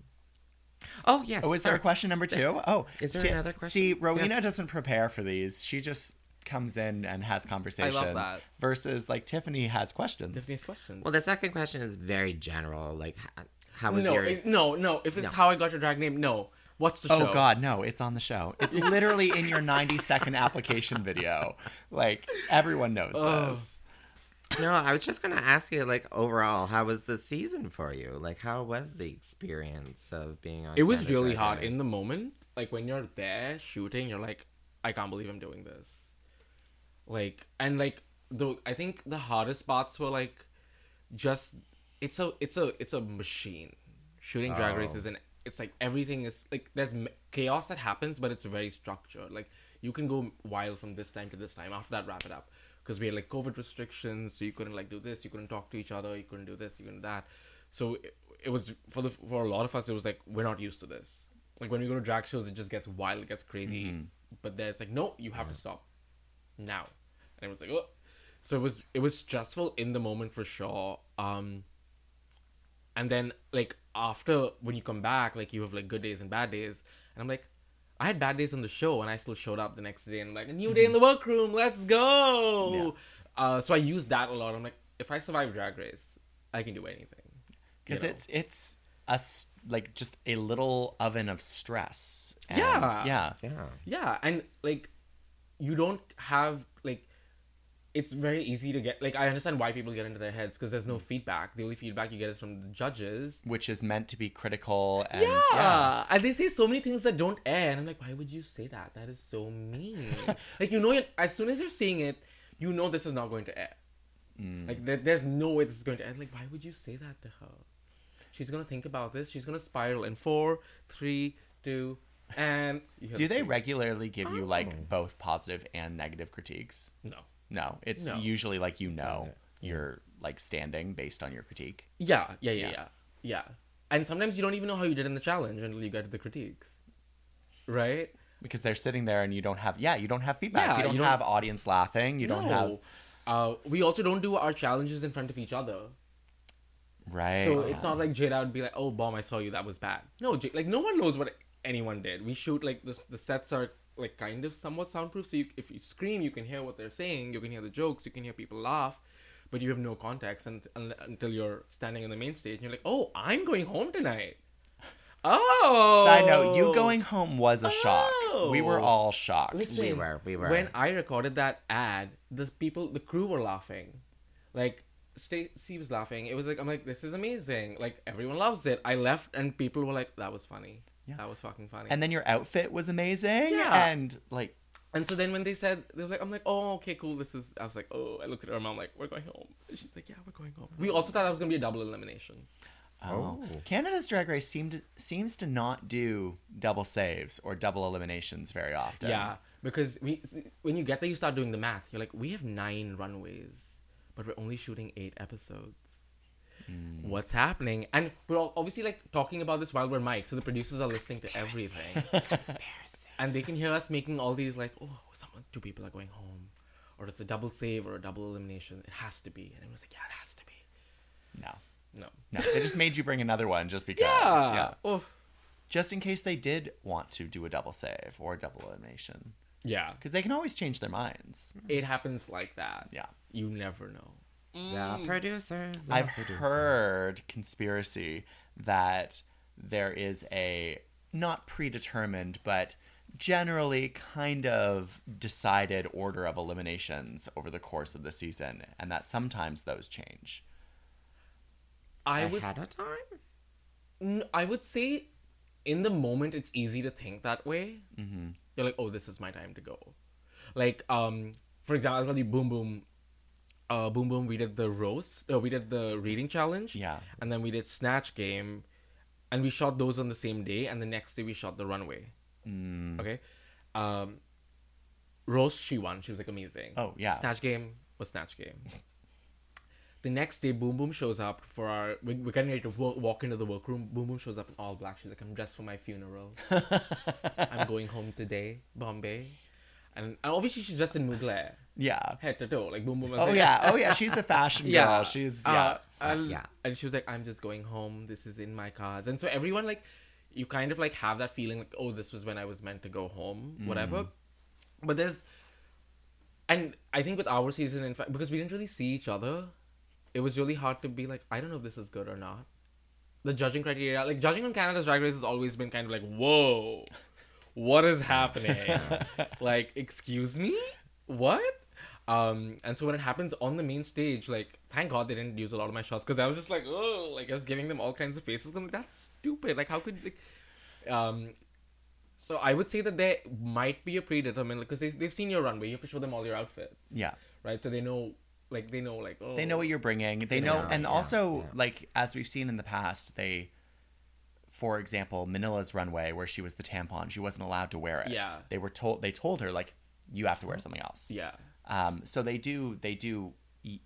[SPEAKER 1] Oh, yes.
[SPEAKER 3] Oh, is there a
[SPEAKER 1] sorry.
[SPEAKER 3] question number two? Oh,
[SPEAKER 1] Is there
[SPEAKER 3] Ti-
[SPEAKER 1] another question?
[SPEAKER 3] See, Rowena
[SPEAKER 1] Yes.
[SPEAKER 3] doesn't prepare for these. She just comes in and has conversations.
[SPEAKER 4] that.
[SPEAKER 3] Versus, like Tiffany has questions.
[SPEAKER 4] Tiffany's question.
[SPEAKER 1] Well, the second question is very general. Like, h- how was
[SPEAKER 4] no,
[SPEAKER 1] your.
[SPEAKER 4] it- no, no. If it's
[SPEAKER 1] No.
[SPEAKER 4] how I got your drag name, no. What's the
[SPEAKER 3] Oh
[SPEAKER 4] show?
[SPEAKER 3] God, no! It's on the show. It's literally in your ninety-second application video. Like everyone knows this.
[SPEAKER 1] No, I was just going to ask you, like, overall, how was the season for you? Like, how was the experience of being on
[SPEAKER 4] It was
[SPEAKER 1] Canada
[SPEAKER 4] really
[SPEAKER 1] Drag
[SPEAKER 4] hard
[SPEAKER 1] Race?
[SPEAKER 4] in the moment. Like when you're there shooting, you're like, I can't believe I'm doing this. Like and like the I think the hardest parts were like just it's a it's a it's a machine. Shooting drag
[SPEAKER 1] Oh.
[SPEAKER 4] races and it's like everything is like there's m- chaos that happens, but it's very structured. Like you can go wild from this time to this time. After that, wrap it up because we had like COVID restrictions, so you couldn't like do this, you couldn't talk to each other, you couldn't do this, you couldn't that. So it, it was for the for a lot of us, it was like we're not used to this. Like when we go to drag shows, it just gets wild, it gets crazy. But then it's like no, you have to stop now, and it was like oh. So it was it was stressful in the moment for sure. Um, and then like after when you come back like you have like good days and bad days and i'm like i had bad days on the show and i still showed up the next day and I'm like a new day in the workroom let's go uh, so i use that a lot i'm like if i survive drag race i can do anything
[SPEAKER 3] because
[SPEAKER 4] you know?
[SPEAKER 3] it's it's a s- like just a little oven of stress. And,
[SPEAKER 4] Yeah.
[SPEAKER 3] yeah,
[SPEAKER 1] Yeah.
[SPEAKER 4] yeah and like you don't have like it's very easy to get like I understand why people get into their heads because there's no
[SPEAKER 3] Mm.
[SPEAKER 4] feedback. The only feedback you get is from the judges.
[SPEAKER 3] which is meant to be critical and
[SPEAKER 4] Yeah.
[SPEAKER 3] yeah.
[SPEAKER 4] and they say so many things that don't air, and I'm like, why would you say that? That is so mean. like you know, it as soon as you're saying it, you know this is not going to air.
[SPEAKER 3] Mm.
[SPEAKER 4] Like there, there's no way this is going to air. Like why would you say that to her? She's gonna think about this. She's gonna spiral in four, three, two, and you hear
[SPEAKER 3] Do
[SPEAKER 4] the
[SPEAKER 3] they
[SPEAKER 4] screams.
[SPEAKER 3] regularly give you
[SPEAKER 1] Oh.
[SPEAKER 3] like both positive and negative critiques?
[SPEAKER 4] No.
[SPEAKER 3] No, it's
[SPEAKER 4] No.
[SPEAKER 3] usually like you know you're like standing based on your critique.
[SPEAKER 4] Yeah, yeah,
[SPEAKER 3] Yeah.
[SPEAKER 4] yeah, yeah, yeah. And sometimes you don't even know how you did in the challenge until you get to the critiques, right?
[SPEAKER 3] because they're sitting there and you don't have yeah you don't have feedback
[SPEAKER 4] Yeah,
[SPEAKER 3] you don't
[SPEAKER 4] you don't-
[SPEAKER 3] have audience laughing you don't have
[SPEAKER 4] Uh, we also don't do our challenges in front of each other,
[SPEAKER 3] right
[SPEAKER 4] so it's not like Jada would be like, "Oh, bomb, I saw you. That was bad." No, J- like no one knows what anyone did. We shoot like the the sets are like kind of somewhat soundproof, so you, if you scream, you can hear what they're saying, you can hear the jokes, you can hear people laugh, but you have no context and, un until you're standing on the main stage and you're like, "Oh, I'm going home tonight." Oh,
[SPEAKER 3] side note you going home was a shock we were
[SPEAKER 4] Oh.
[SPEAKER 3] all shocked
[SPEAKER 4] Listen,
[SPEAKER 1] We were, we were.
[SPEAKER 4] When I recorded that ad, the people, the crew were laughing. Like, Stacey was laughing. It was like, I'm like, this is amazing. Like, everyone loves it. I left and people were like, that was funny.
[SPEAKER 3] Yeah.
[SPEAKER 4] That was fucking funny.
[SPEAKER 3] and then your outfit was amazing
[SPEAKER 4] Yeah.
[SPEAKER 3] and like
[SPEAKER 4] And so then when they said, they were like, I'm like, oh, okay, cool. This is, I was like, oh, I looked at her mom, like, we're going home. And she's like, yeah, we're going home. We also thought that was going to be a double elimination.
[SPEAKER 3] oh. Canada's Drag Race seemed seems to not do double saves or double eliminations very often
[SPEAKER 4] Yeah. Because we, when you get there, you start doing the math. You're like, we have nine runways, but we're only shooting eight episodes. What's happening? And we're all obviously like talking about this while we're mic, so the producers are listening to everything, and they can hear us making all these like, oh, someone, two people are going home, or it's a double save or a double elimination. It has to be, and everyone's like, yeah, it has to be.
[SPEAKER 3] no
[SPEAKER 4] No.
[SPEAKER 3] no they just made you bring another one just because
[SPEAKER 4] Yeah.
[SPEAKER 3] yeah
[SPEAKER 4] Oh.
[SPEAKER 3] just in case they did want to do a double save or a double elimination
[SPEAKER 4] Yeah.
[SPEAKER 3] because they can always change their minds
[SPEAKER 4] It happens like that.
[SPEAKER 3] yeah
[SPEAKER 4] You never know.
[SPEAKER 1] The producers. the
[SPEAKER 3] I've
[SPEAKER 1] producers.
[SPEAKER 3] heard conspiracy that there is a not predetermined, but generally kind of decided order of eliminations over the course of the season, and that sometimes those change.
[SPEAKER 4] I would
[SPEAKER 1] ahead of time.
[SPEAKER 4] N- I would say in the moment it's easy to think that way. Mm-hmm. You're like, oh, this is my time to go. Like, um, for example, I'll tell you, boom, boom, uh, boom, boom. We did the roast. Uh, we did the reading challenge.
[SPEAKER 3] yeah.
[SPEAKER 4] and then we did snatch game, and we shot those on the same day. And the next day we shot the runway.
[SPEAKER 3] Mm.
[SPEAKER 4] Okay, um, roast she won. She was like amazing.
[SPEAKER 3] Oh, yeah.
[SPEAKER 4] snatch game was snatch game. The next day, Boom Boom shows up for our. we- We're getting ready to wo- walk into the workroom. Boom Boom shows up in all black. She's like, "I'm dressed for my funeral. I'm going home today, Bombay." And, and obviously, she's dressed in Mugler,
[SPEAKER 3] Yeah.
[SPEAKER 4] head to toe, like Boom Boom.
[SPEAKER 3] Oh yeah. Oh yeah. She's a fashion girl.
[SPEAKER 4] yeah.
[SPEAKER 3] She's
[SPEAKER 4] uh,
[SPEAKER 3] yeah.
[SPEAKER 4] and-
[SPEAKER 1] yeah.
[SPEAKER 4] And she was like, "I'm just going home. This is in my cards." And so everyone like, you kind of like have that feeling like, "Oh, this was when I was meant to go home," whatever. But there's and I think with our season, in fact, because we didn't really see each other, it was really hard to be like, I don't know if this is good or not. The judging criteria, like judging on Canada's Drag Race, has always been kind of like, whoa, what is happening? like, excuse me, what? Um, and so when it happens on the main stage, like, thank God they didn't use a lot of my shots because I was just like, oh, like I was giving them all kinds of faces. I'm like, that's stupid. Like, how could like, um, so I would say that there might be a predetermined because they they've seen your runway. You have to show them all your outfits,
[SPEAKER 3] yeah.
[SPEAKER 4] right? So they know, like they know, like oh,
[SPEAKER 3] They know what you're bringing. They know,
[SPEAKER 1] know,
[SPEAKER 3] and
[SPEAKER 1] yeah,
[SPEAKER 3] also
[SPEAKER 1] yeah.
[SPEAKER 3] like as we've seen in the past, they, for example, Manila's runway where she was the tampon, she wasn't allowed to wear it.
[SPEAKER 4] Yeah. Mm-hmm.
[SPEAKER 3] they were told. They told her like, you have to wear something else.
[SPEAKER 4] Yeah,
[SPEAKER 3] Um. So they do. They do. E-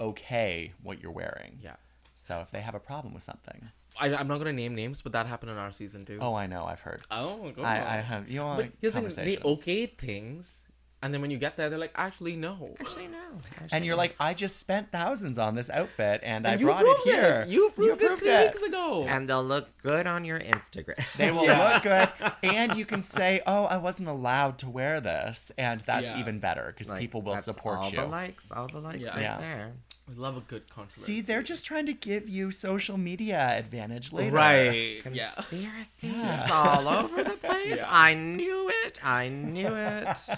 [SPEAKER 3] okay, what you're wearing.
[SPEAKER 4] yeah.
[SPEAKER 3] So if they have a problem with something,
[SPEAKER 4] I, I'm not gonna name names, but that happened in our season too.
[SPEAKER 3] oh, I know. I've heard.
[SPEAKER 4] oh, go on.
[SPEAKER 3] I, I have. You know.
[SPEAKER 4] but here's the thing: they
[SPEAKER 3] conversations.
[SPEAKER 4] okayed things, and then when you get there, they're like, actually no.
[SPEAKER 1] Actually, no. Actually,
[SPEAKER 3] And you're like, I just spent thousands on this outfit, and, I
[SPEAKER 4] And you
[SPEAKER 3] brought it
[SPEAKER 4] proved
[SPEAKER 3] here.
[SPEAKER 4] You proved it
[SPEAKER 3] proved
[SPEAKER 4] three
[SPEAKER 3] it.
[SPEAKER 4] weeks ago.
[SPEAKER 1] and they'll look good on your Instagram.
[SPEAKER 3] They will look good. And you can say, oh, I wasn't allowed to wear this. And that's
[SPEAKER 4] Yeah.
[SPEAKER 3] even better because
[SPEAKER 1] Like,
[SPEAKER 3] people will
[SPEAKER 1] that's
[SPEAKER 3] support
[SPEAKER 1] all
[SPEAKER 3] you.
[SPEAKER 1] the likes, all the likes
[SPEAKER 4] Yeah.
[SPEAKER 1] right
[SPEAKER 3] Yeah.
[SPEAKER 1] there.
[SPEAKER 4] we love a good controversy.
[SPEAKER 3] See, they're just trying to give you social media advantage later.
[SPEAKER 4] right. Yeah.
[SPEAKER 1] Conspiracy
[SPEAKER 3] Yeah.
[SPEAKER 1] It's all over the place.
[SPEAKER 4] Yeah.
[SPEAKER 1] I knew it. I knew it.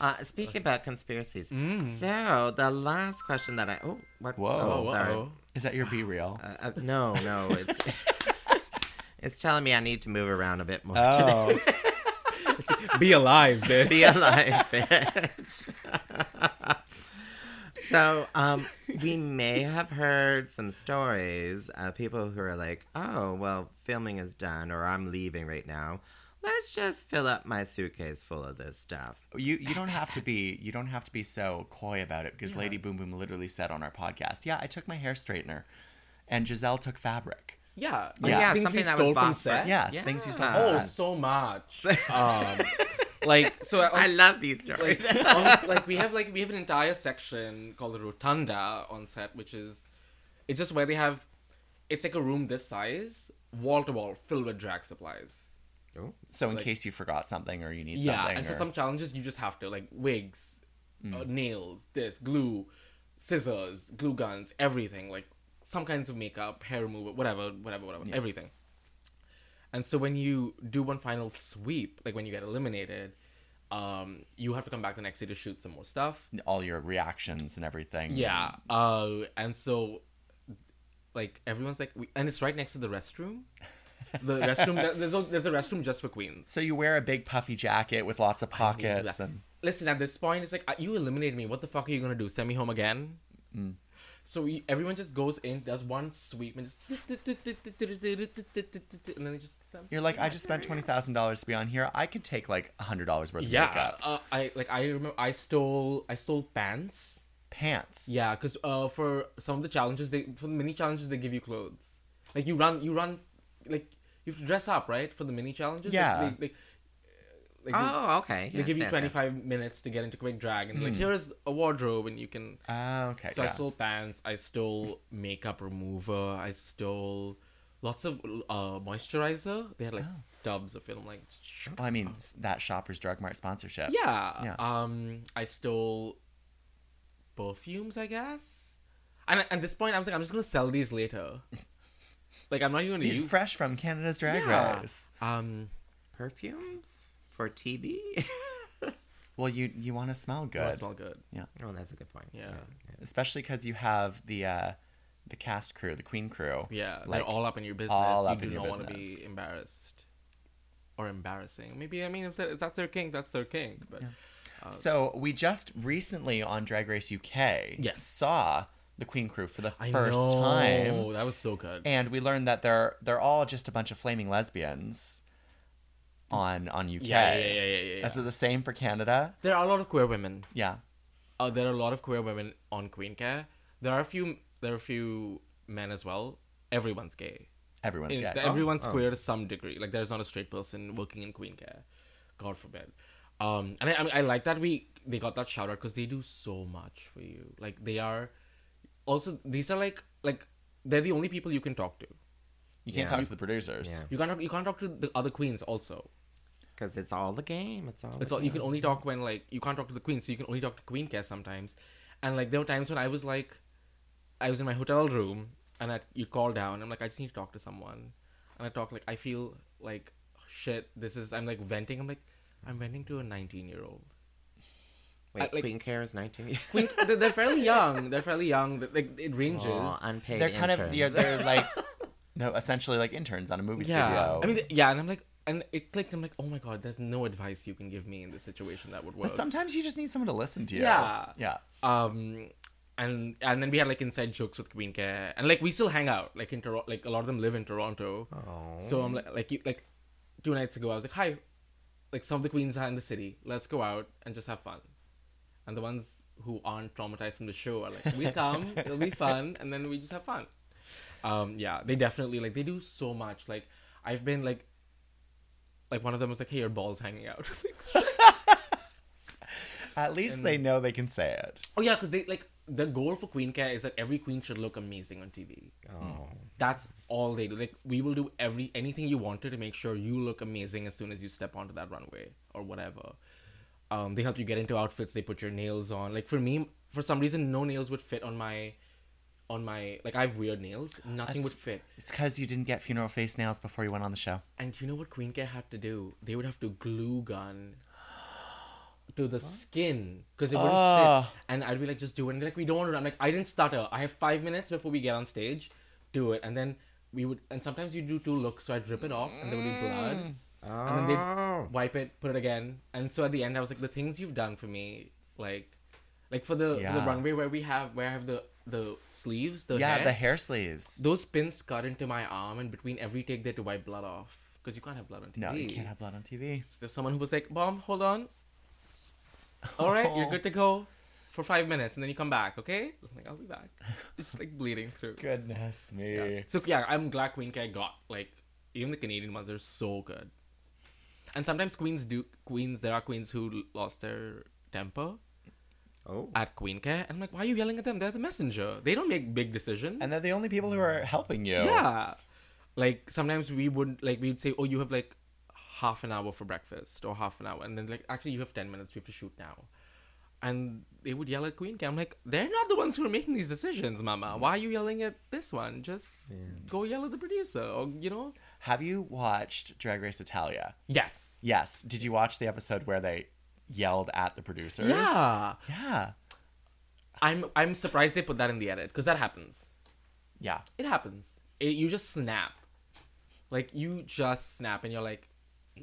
[SPEAKER 1] Uh, speaking about conspiracies, so the last question that I oh what
[SPEAKER 3] Mm. Whoa.
[SPEAKER 1] oh,
[SPEAKER 4] Oh,
[SPEAKER 1] sorry
[SPEAKER 4] uh-oh.
[SPEAKER 3] Is that your B reel?
[SPEAKER 1] Uh, uh, no no it's it's telling me I need to move around a bit more
[SPEAKER 4] Uh,
[SPEAKER 1] today.
[SPEAKER 3] Oh.
[SPEAKER 4] Be alive, bitch.
[SPEAKER 1] Be alive, bitch. so um, we may have heard some stories of people who are like, "Oh, well, filming is done, or I'm leaving right now. Let's just fill up my suitcase full of this stuff."
[SPEAKER 3] Oh. you you don't have to be you don't have to be so coy about it because Lady Boom Boom literally said on our podcast, "Yeah, I took my hair straightener, and Giselle took fabric.
[SPEAKER 4] Yeah.
[SPEAKER 1] Oh, yeah,
[SPEAKER 4] things we
[SPEAKER 1] something that was
[SPEAKER 4] stole from
[SPEAKER 1] bought for-
[SPEAKER 4] set.
[SPEAKER 3] Yeah, things you stole
[SPEAKER 1] Yeah.
[SPEAKER 3] from
[SPEAKER 4] Oh,
[SPEAKER 3] set.
[SPEAKER 4] so much. Um, like so. I,
[SPEAKER 1] I
[SPEAKER 4] was-
[SPEAKER 1] love these stories. Oh,
[SPEAKER 4] like, honest- like we have like we have an entire section called the rotunda on set, which is it's just where they have it's like a room this size, wall to wall, filled with drag supplies.
[SPEAKER 1] Oh,
[SPEAKER 3] So in
[SPEAKER 4] like-
[SPEAKER 3] case you forgot something or you need
[SPEAKER 4] Yeah,
[SPEAKER 3] something,
[SPEAKER 4] and for
[SPEAKER 3] or-
[SPEAKER 4] some challenges, you just have to like wigs, uh, nails, this glue, scissors, glue guns, everything like some kinds of makeup, hair removal, whatever, whatever, whatever, everything. And so when you do one final sweep, like when you get eliminated, um, you have to come back the next day to shoot some more stuff.
[SPEAKER 3] all your reactions and everything.
[SPEAKER 4] Yeah. Uh, and so, like everyone's like, we, and it's right next to the restroom. The restroom. there- there's a, there's a restroom just for queens.
[SPEAKER 3] So you wear a big puffy jacket with lots of pockets, and
[SPEAKER 4] Listen, at this point, it's like uh, you eliminated me. What the fuck are you gonna do? Send me home again? So we, everyone just goes in, does one sweep, and just and then it just
[SPEAKER 3] you're like, I just spent twenty thousand dollars to be on here. I could take like hundred dollars worth of
[SPEAKER 4] yeah.
[SPEAKER 3] makeup,
[SPEAKER 4] Uh, I like I remember I stole I stole pants.
[SPEAKER 3] pants.
[SPEAKER 4] Yeah, because uh, for some of the challenges, they for the mini challenges they give you clothes. Like you run, you run, like you have to dress up, right, for the mini challenges. Like,
[SPEAKER 3] Yeah.
[SPEAKER 4] they, like, like they-
[SPEAKER 1] oh okay.
[SPEAKER 4] they,
[SPEAKER 1] Yes,
[SPEAKER 4] give you
[SPEAKER 1] yes, yes.
[SPEAKER 4] twenty five minutes to get into quick drag, and like here's a wardrobe, and you can.
[SPEAKER 3] Ah, okay.
[SPEAKER 4] So I
[SPEAKER 3] Hmm. yeah.
[SPEAKER 4] stole pants. I stole makeup remover. I stole lots of uh, moisturizer. They had like
[SPEAKER 3] Oh.
[SPEAKER 4] tubs of it. I'm like,
[SPEAKER 3] Well, I mean s- that Shoppers Drug Mart sponsorship.
[SPEAKER 4] yeah.
[SPEAKER 3] Yeah.
[SPEAKER 4] Um, I stole perfumes, I guess. And at- at this point, I was like, I'm just gonna sell these later. like, I'm not even gonna
[SPEAKER 3] These
[SPEAKER 4] use.
[SPEAKER 3] fresh from Canada's Drag
[SPEAKER 4] Yeah.
[SPEAKER 3] Race.
[SPEAKER 4] um,
[SPEAKER 1] perfumes for TB.
[SPEAKER 3] Well, you you want to smell good.
[SPEAKER 4] well, it smell good.
[SPEAKER 1] oh, that's a good point.
[SPEAKER 4] Yeah.
[SPEAKER 3] especially because you have the uh the cast crew the queen crew
[SPEAKER 4] Yeah,
[SPEAKER 3] like
[SPEAKER 4] they're all up in your business.
[SPEAKER 3] all
[SPEAKER 4] you
[SPEAKER 3] up
[SPEAKER 4] do
[SPEAKER 3] in your
[SPEAKER 4] not want to
[SPEAKER 3] business.
[SPEAKER 4] be embarrassed or embarrassing. Maybe I mean, if, that, if that's their king, that's their king. But
[SPEAKER 3] so we just recently on drag race uk
[SPEAKER 4] Yes.
[SPEAKER 3] saw the queen crew for the
[SPEAKER 4] I
[SPEAKER 3] first
[SPEAKER 4] know,
[SPEAKER 3] time
[SPEAKER 4] that was so good.
[SPEAKER 3] and we learned that they're they're all just a bunch of flaming lesbians on on uk
[SPEAKER 4] yeah, yeah, yeah, yeah, yeah.
[SPEAKER 3] is it the same for canada
[SPEAKER 4] there are a lot of queer women.
[SPEAKER 3] yeah
[SPEAKER 4] Uh, there are a lot of queer women on Queen Care. There are a few. There are a few men as well. Everyone's gay.
[SPEAKER 3] everyone's
[SPEAKER 4] In-
[SPEAKER 3] gay Oh,
[SPEAKER 4] th- everyone's queer to some degree. Like there's not a straight person working in Queen Care, God forbid. Um, and I, I, mean, I like that we they got that shout out because they do so much for you. Like they are, also these are like like they're the only people you can talk to.
[SPEAKER 3] you can't
[SPEAKER 1] Yeah.
[SPEAKER 3] talk to the producers
[SPEAKER 1] Yeah.
[SPEAKER 4] You can't you can't talk to the other queens also.
[SPEAKER 1] Because it's all the game. It's all.
[SPEAKER 4] It's
[SPEAKER 1] the
[SPEAKER 4] all you
[SPEAKER 1] game.
[SPEAKER 4] can only talk when like you can't talk to the queen, so you can only talk to Queen Care sometimes. And like there were times when I was like, I was in my hotel room and I you call down. I'm like, I just need to talk to someone, and I talk like I feel like shit. This is I'm like venting. I'm like I'm venting to a 19 year old.
[SPEAKER 1] Wait,
[SPEAKER 4] I- like-
[SPEAKER 1] Queen Care is nineteen. years-
[SPEAKER 4] Queen, they're, they're fairly young. They're fairly young. th- Like it ranges.
[SPEAKER 1] Aw, unpaid
[SPEAKER 3] they're kind of they're,
[SPEAKER 1] interns.
[SPEAKER 3] they're like no essentially like interns on a movie
[SPEAKER 4] yeah.
[SPEAKER 3] studio
[SPEAKER 4] I mean, yeah. And I'm like, and it clicked. I'm like, oh my god, there's no advice you can give me in this situation that would work.
[SPEAKER 3] but sometimes you just need someone to listen to you
[SPEAKER 4] Yeah.
[SPEAKER 3] yeah
[SPEAKER 4] um and and then we had like inside jokes with Queen Care and like we still hang out like in Toronto like a lot of them live in Toronto
[SPEAKER 1] Aw.
[SPEAKER 4] so I'm like like you like two nights ago I was like hi like some of the queens are in the city let's go out and just have fun and the ones who aren't traumatized from the show are like we'll come it'll be fun and then we just have fun um yeah they definitely like they do so much like I've been like like one of them was like hey your balls hanging out Like,
[SPEAKER 3] At least they know they can say it.
[SPEAKER 4] oh yeah because they like the goal for Queen Care is that every queen should look amazing on TV
[SPEAKER 1] Oh.
[SPEAKER 4] that's all they do. Like we will do every anything you want to to make sure you look amazing as soon as you step onto that runway or whatever. Um, they help you get into outfits. They put your nails on. Like for me, for some reason, no nails would fit on my, on my like I have weird nails. Nothing would fit.
[SPEAKER 3] It's because you didn't get funeral face nails before you went on the show.
[SPEAKER 4] And you know what Queen Care had to do? They would have to glue gun to the skin because it wouldn't
[SPEAKER 3] Ah.
[SPEAKER 4] sit. And I'd be like, just do it. And they're like, we don't want to. I'm like, I didn't stutter. I have five minutes before we get on stage. Do it. And then we would. And sometimes you do two looks, so I'd rip it off, and there would be blood.
[SPEAKER 3] Mm.
[SPEAKER 4] And then
[SPEAKER 1] Oh.
[SPEAKER 4] they'd wipe it, put it again. And so at the end, I was like, the things you've done for me, like, like for the for
[SPEAKER 3] Yeah.
[SPEAKER 4] the runway where we have where I have the the sleeves, the
[SPEAKER 3] yeah,
[SPEAKER 4] hair,
[SPEAKER 3] the hair sleeves.
[SPEAKER 4] those pins cut into my arm, and between every take, they had to wipe blood off because you can't have blood on TV.
[SPEAKER 3] No, you can't have blood on TV.
[SPEAKER 4] There's someone who was like, "Mom, hold on. All right, you're good to go for five minutes, and then you come back, okay?" I'm like, "I'll be back." It's like bleeding through.
[SPEAKER 3] Goodness me.
[SPEAKER 4] Yeah. So yeah, I'm glad Queen K got like even the Canadian ones are so good. And sometimes queens do queens. There are queens who lost their temper
[SPEAKER 1] Oh.
[SPEAKER 4] at Queen K, and I'm like, "Why are you yelling at them? They're the messenger. They don't make big decisions."
[SPEAKER 3] And they're the only people who are helping you.
[SPEAKER 4] Yeah. Like sometimes we would like we'd say, Oh, you have like half an hour for breakfast or half an hour and then like actually you have ten minutes, we have to shoot now. And they would yell at Queen Cam like, They're not the ones who are making these decisions, Mama. Why are you yelling at this one? Just go yell at the producer or you know?
[SPEAKER 3] Have you watched Drag Race Italia?
[SPEAKER 4] Yes.
[SPEAKER 3] Yes. Did you watch the episode where they yelled at the producers?
[SPEAKER 4] Yeah.
[SPEAKER 3] Yeah.
[SPEAKER 4] I'm I'm surprised they put that in the edit because that happens.
[SPEAKER 3] Yeah.
[SPEAKER 4] It happens. It, you just snap. Like you just snap and you're like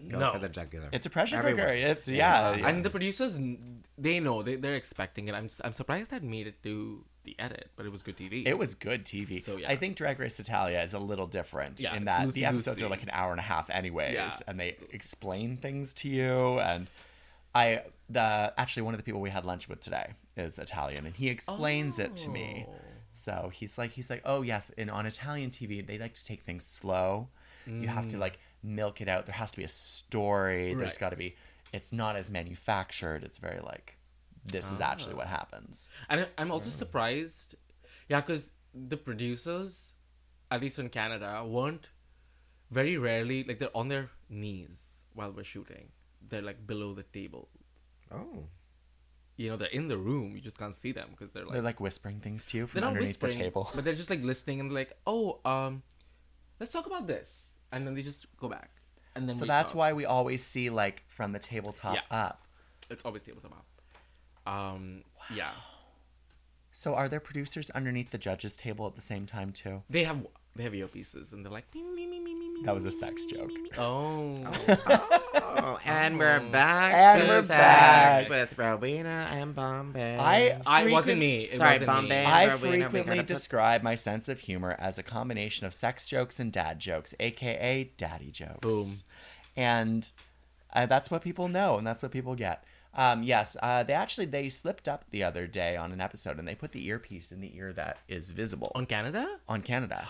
[SPEAKER 1] Go
[SPEAKER 4] no.
[SPEAKER 1] for the jugular.
[SPEAKER 3] It's a pressure
[SPEAKER 1] Everyone.
[SPEAKER 3] cooker. It's yeah. yeah.
[SPEAKER 4] Uh, And the producers, n- they know they they're expecting it. I'm s- I'm surprised that made it to the edit, but it was good TV.
[SPEAKER 3] It was good TV.
[SPEAKER 4] So, yeah.
[SPEAKER 3] I think Drag Race Italia is a little different
[SPEAKER 4] Yeah,
[SPEAKER 3] in
[SPEAKER 4] it's
[SPEAKER 3] that the episodes
[SPEAKER 4] loosey-goosey.
[SPEAKER 3] are like an hour and a half anyways,
[SPEAKER 4] Yeah.
[SPEAKER 3] and they explain things to you. And I the actually one of the people we had lunch with today is Italian, and he explains it to
[SPEAKER 4] Oh.
[SPEAKER 3] me. So he's like he's like oh yes, and on Italian TV they like to take things slow. You have to like milk it out. There has to be a story. There's
[SPEAKER 4] Mm. Right.
[SPEAKER 3] got to be. It's not as manufactured. It's very like this is actually
[SPEAKER 4] Ah.
[SPEAKER 3] what happens.
[SPEAKER 4] and I- I'm also surprised, yeah, because the producers, at least in Canada, weren't very rarely like they're on their knees while we're shooting. They're like below the table.
[SPEAKER 1] oh.
[SPEAKER 4] You know, they're in the room. You just can't see them because they're like
[SPEAKER 3] They're like whispering things to you
[SPEAKER 4] they're
[SPEAKER 3] from
[SPEAKER 4] not
[SPEAKER 3] underneath the
[SPEAKER 4] whispering,
[SPEAKER 3] table.
[SPEAKER 4] but they're just like listening and like, oh, um, let's talk about this, and then they just go back. And then
[SPEAKER 3] So
[SPEAKER 4] we
[SPEAKER 3] that's
[SPEAKER 4] talk.
[SPEAKER 3] why we always see like from the tabletop
[SPEAKER 4] Yeah.
[SPEAKER 3] up.
[SPEAKER 4] It's always tabletop up. Um, yeah,
[SPEAKER 3] So are there producers underneath the judges' table at the same time too?
[SPEAKER 4] they have they have earpieces and they're like me me me me me me.
[SPEAKER 3] That was a sex joke.
[SPEAKER 4] Oh,
[SPEAKER 1] Oh, and we're back.
[SPEAKER 3] And
[SPEAKER 1] to
[SPEAKER 3] we're
[SPEAKER 1] sex
[SPEAKER 3] back.
[SPEAKER 1] with Rowena and Bombay.
[SPEAKER 3] I
[SPEAKER 4] I
[SPEAKER 3] frequent-
[SPEAKER 4] wasn't me. It
[SPEAKER 1] Sorry,
[SPEAKER 4] wasn't me.
[SPEAKER 1] Bombay.
[SPEAKER 3] I
[SPEAKER 1] Rowena, we gotta
[SPEAKER 3] frequently
[SPEAKER 1] put-
[SPEAKER 3] describe my sense of humor as a combination of sex jokes and dad jokes, aka daddy jokes.
[SPEAKER 4] Boom.
[SPEAKER 3] And uh, that's what people know, and that's what people get. Um, yes, uh, they actually they slipped up the other day on an episode, and they put the earpiece in the ear that is visible.
[SPEAKER 4] On Canada?
[SPEAKER 3] on Canada.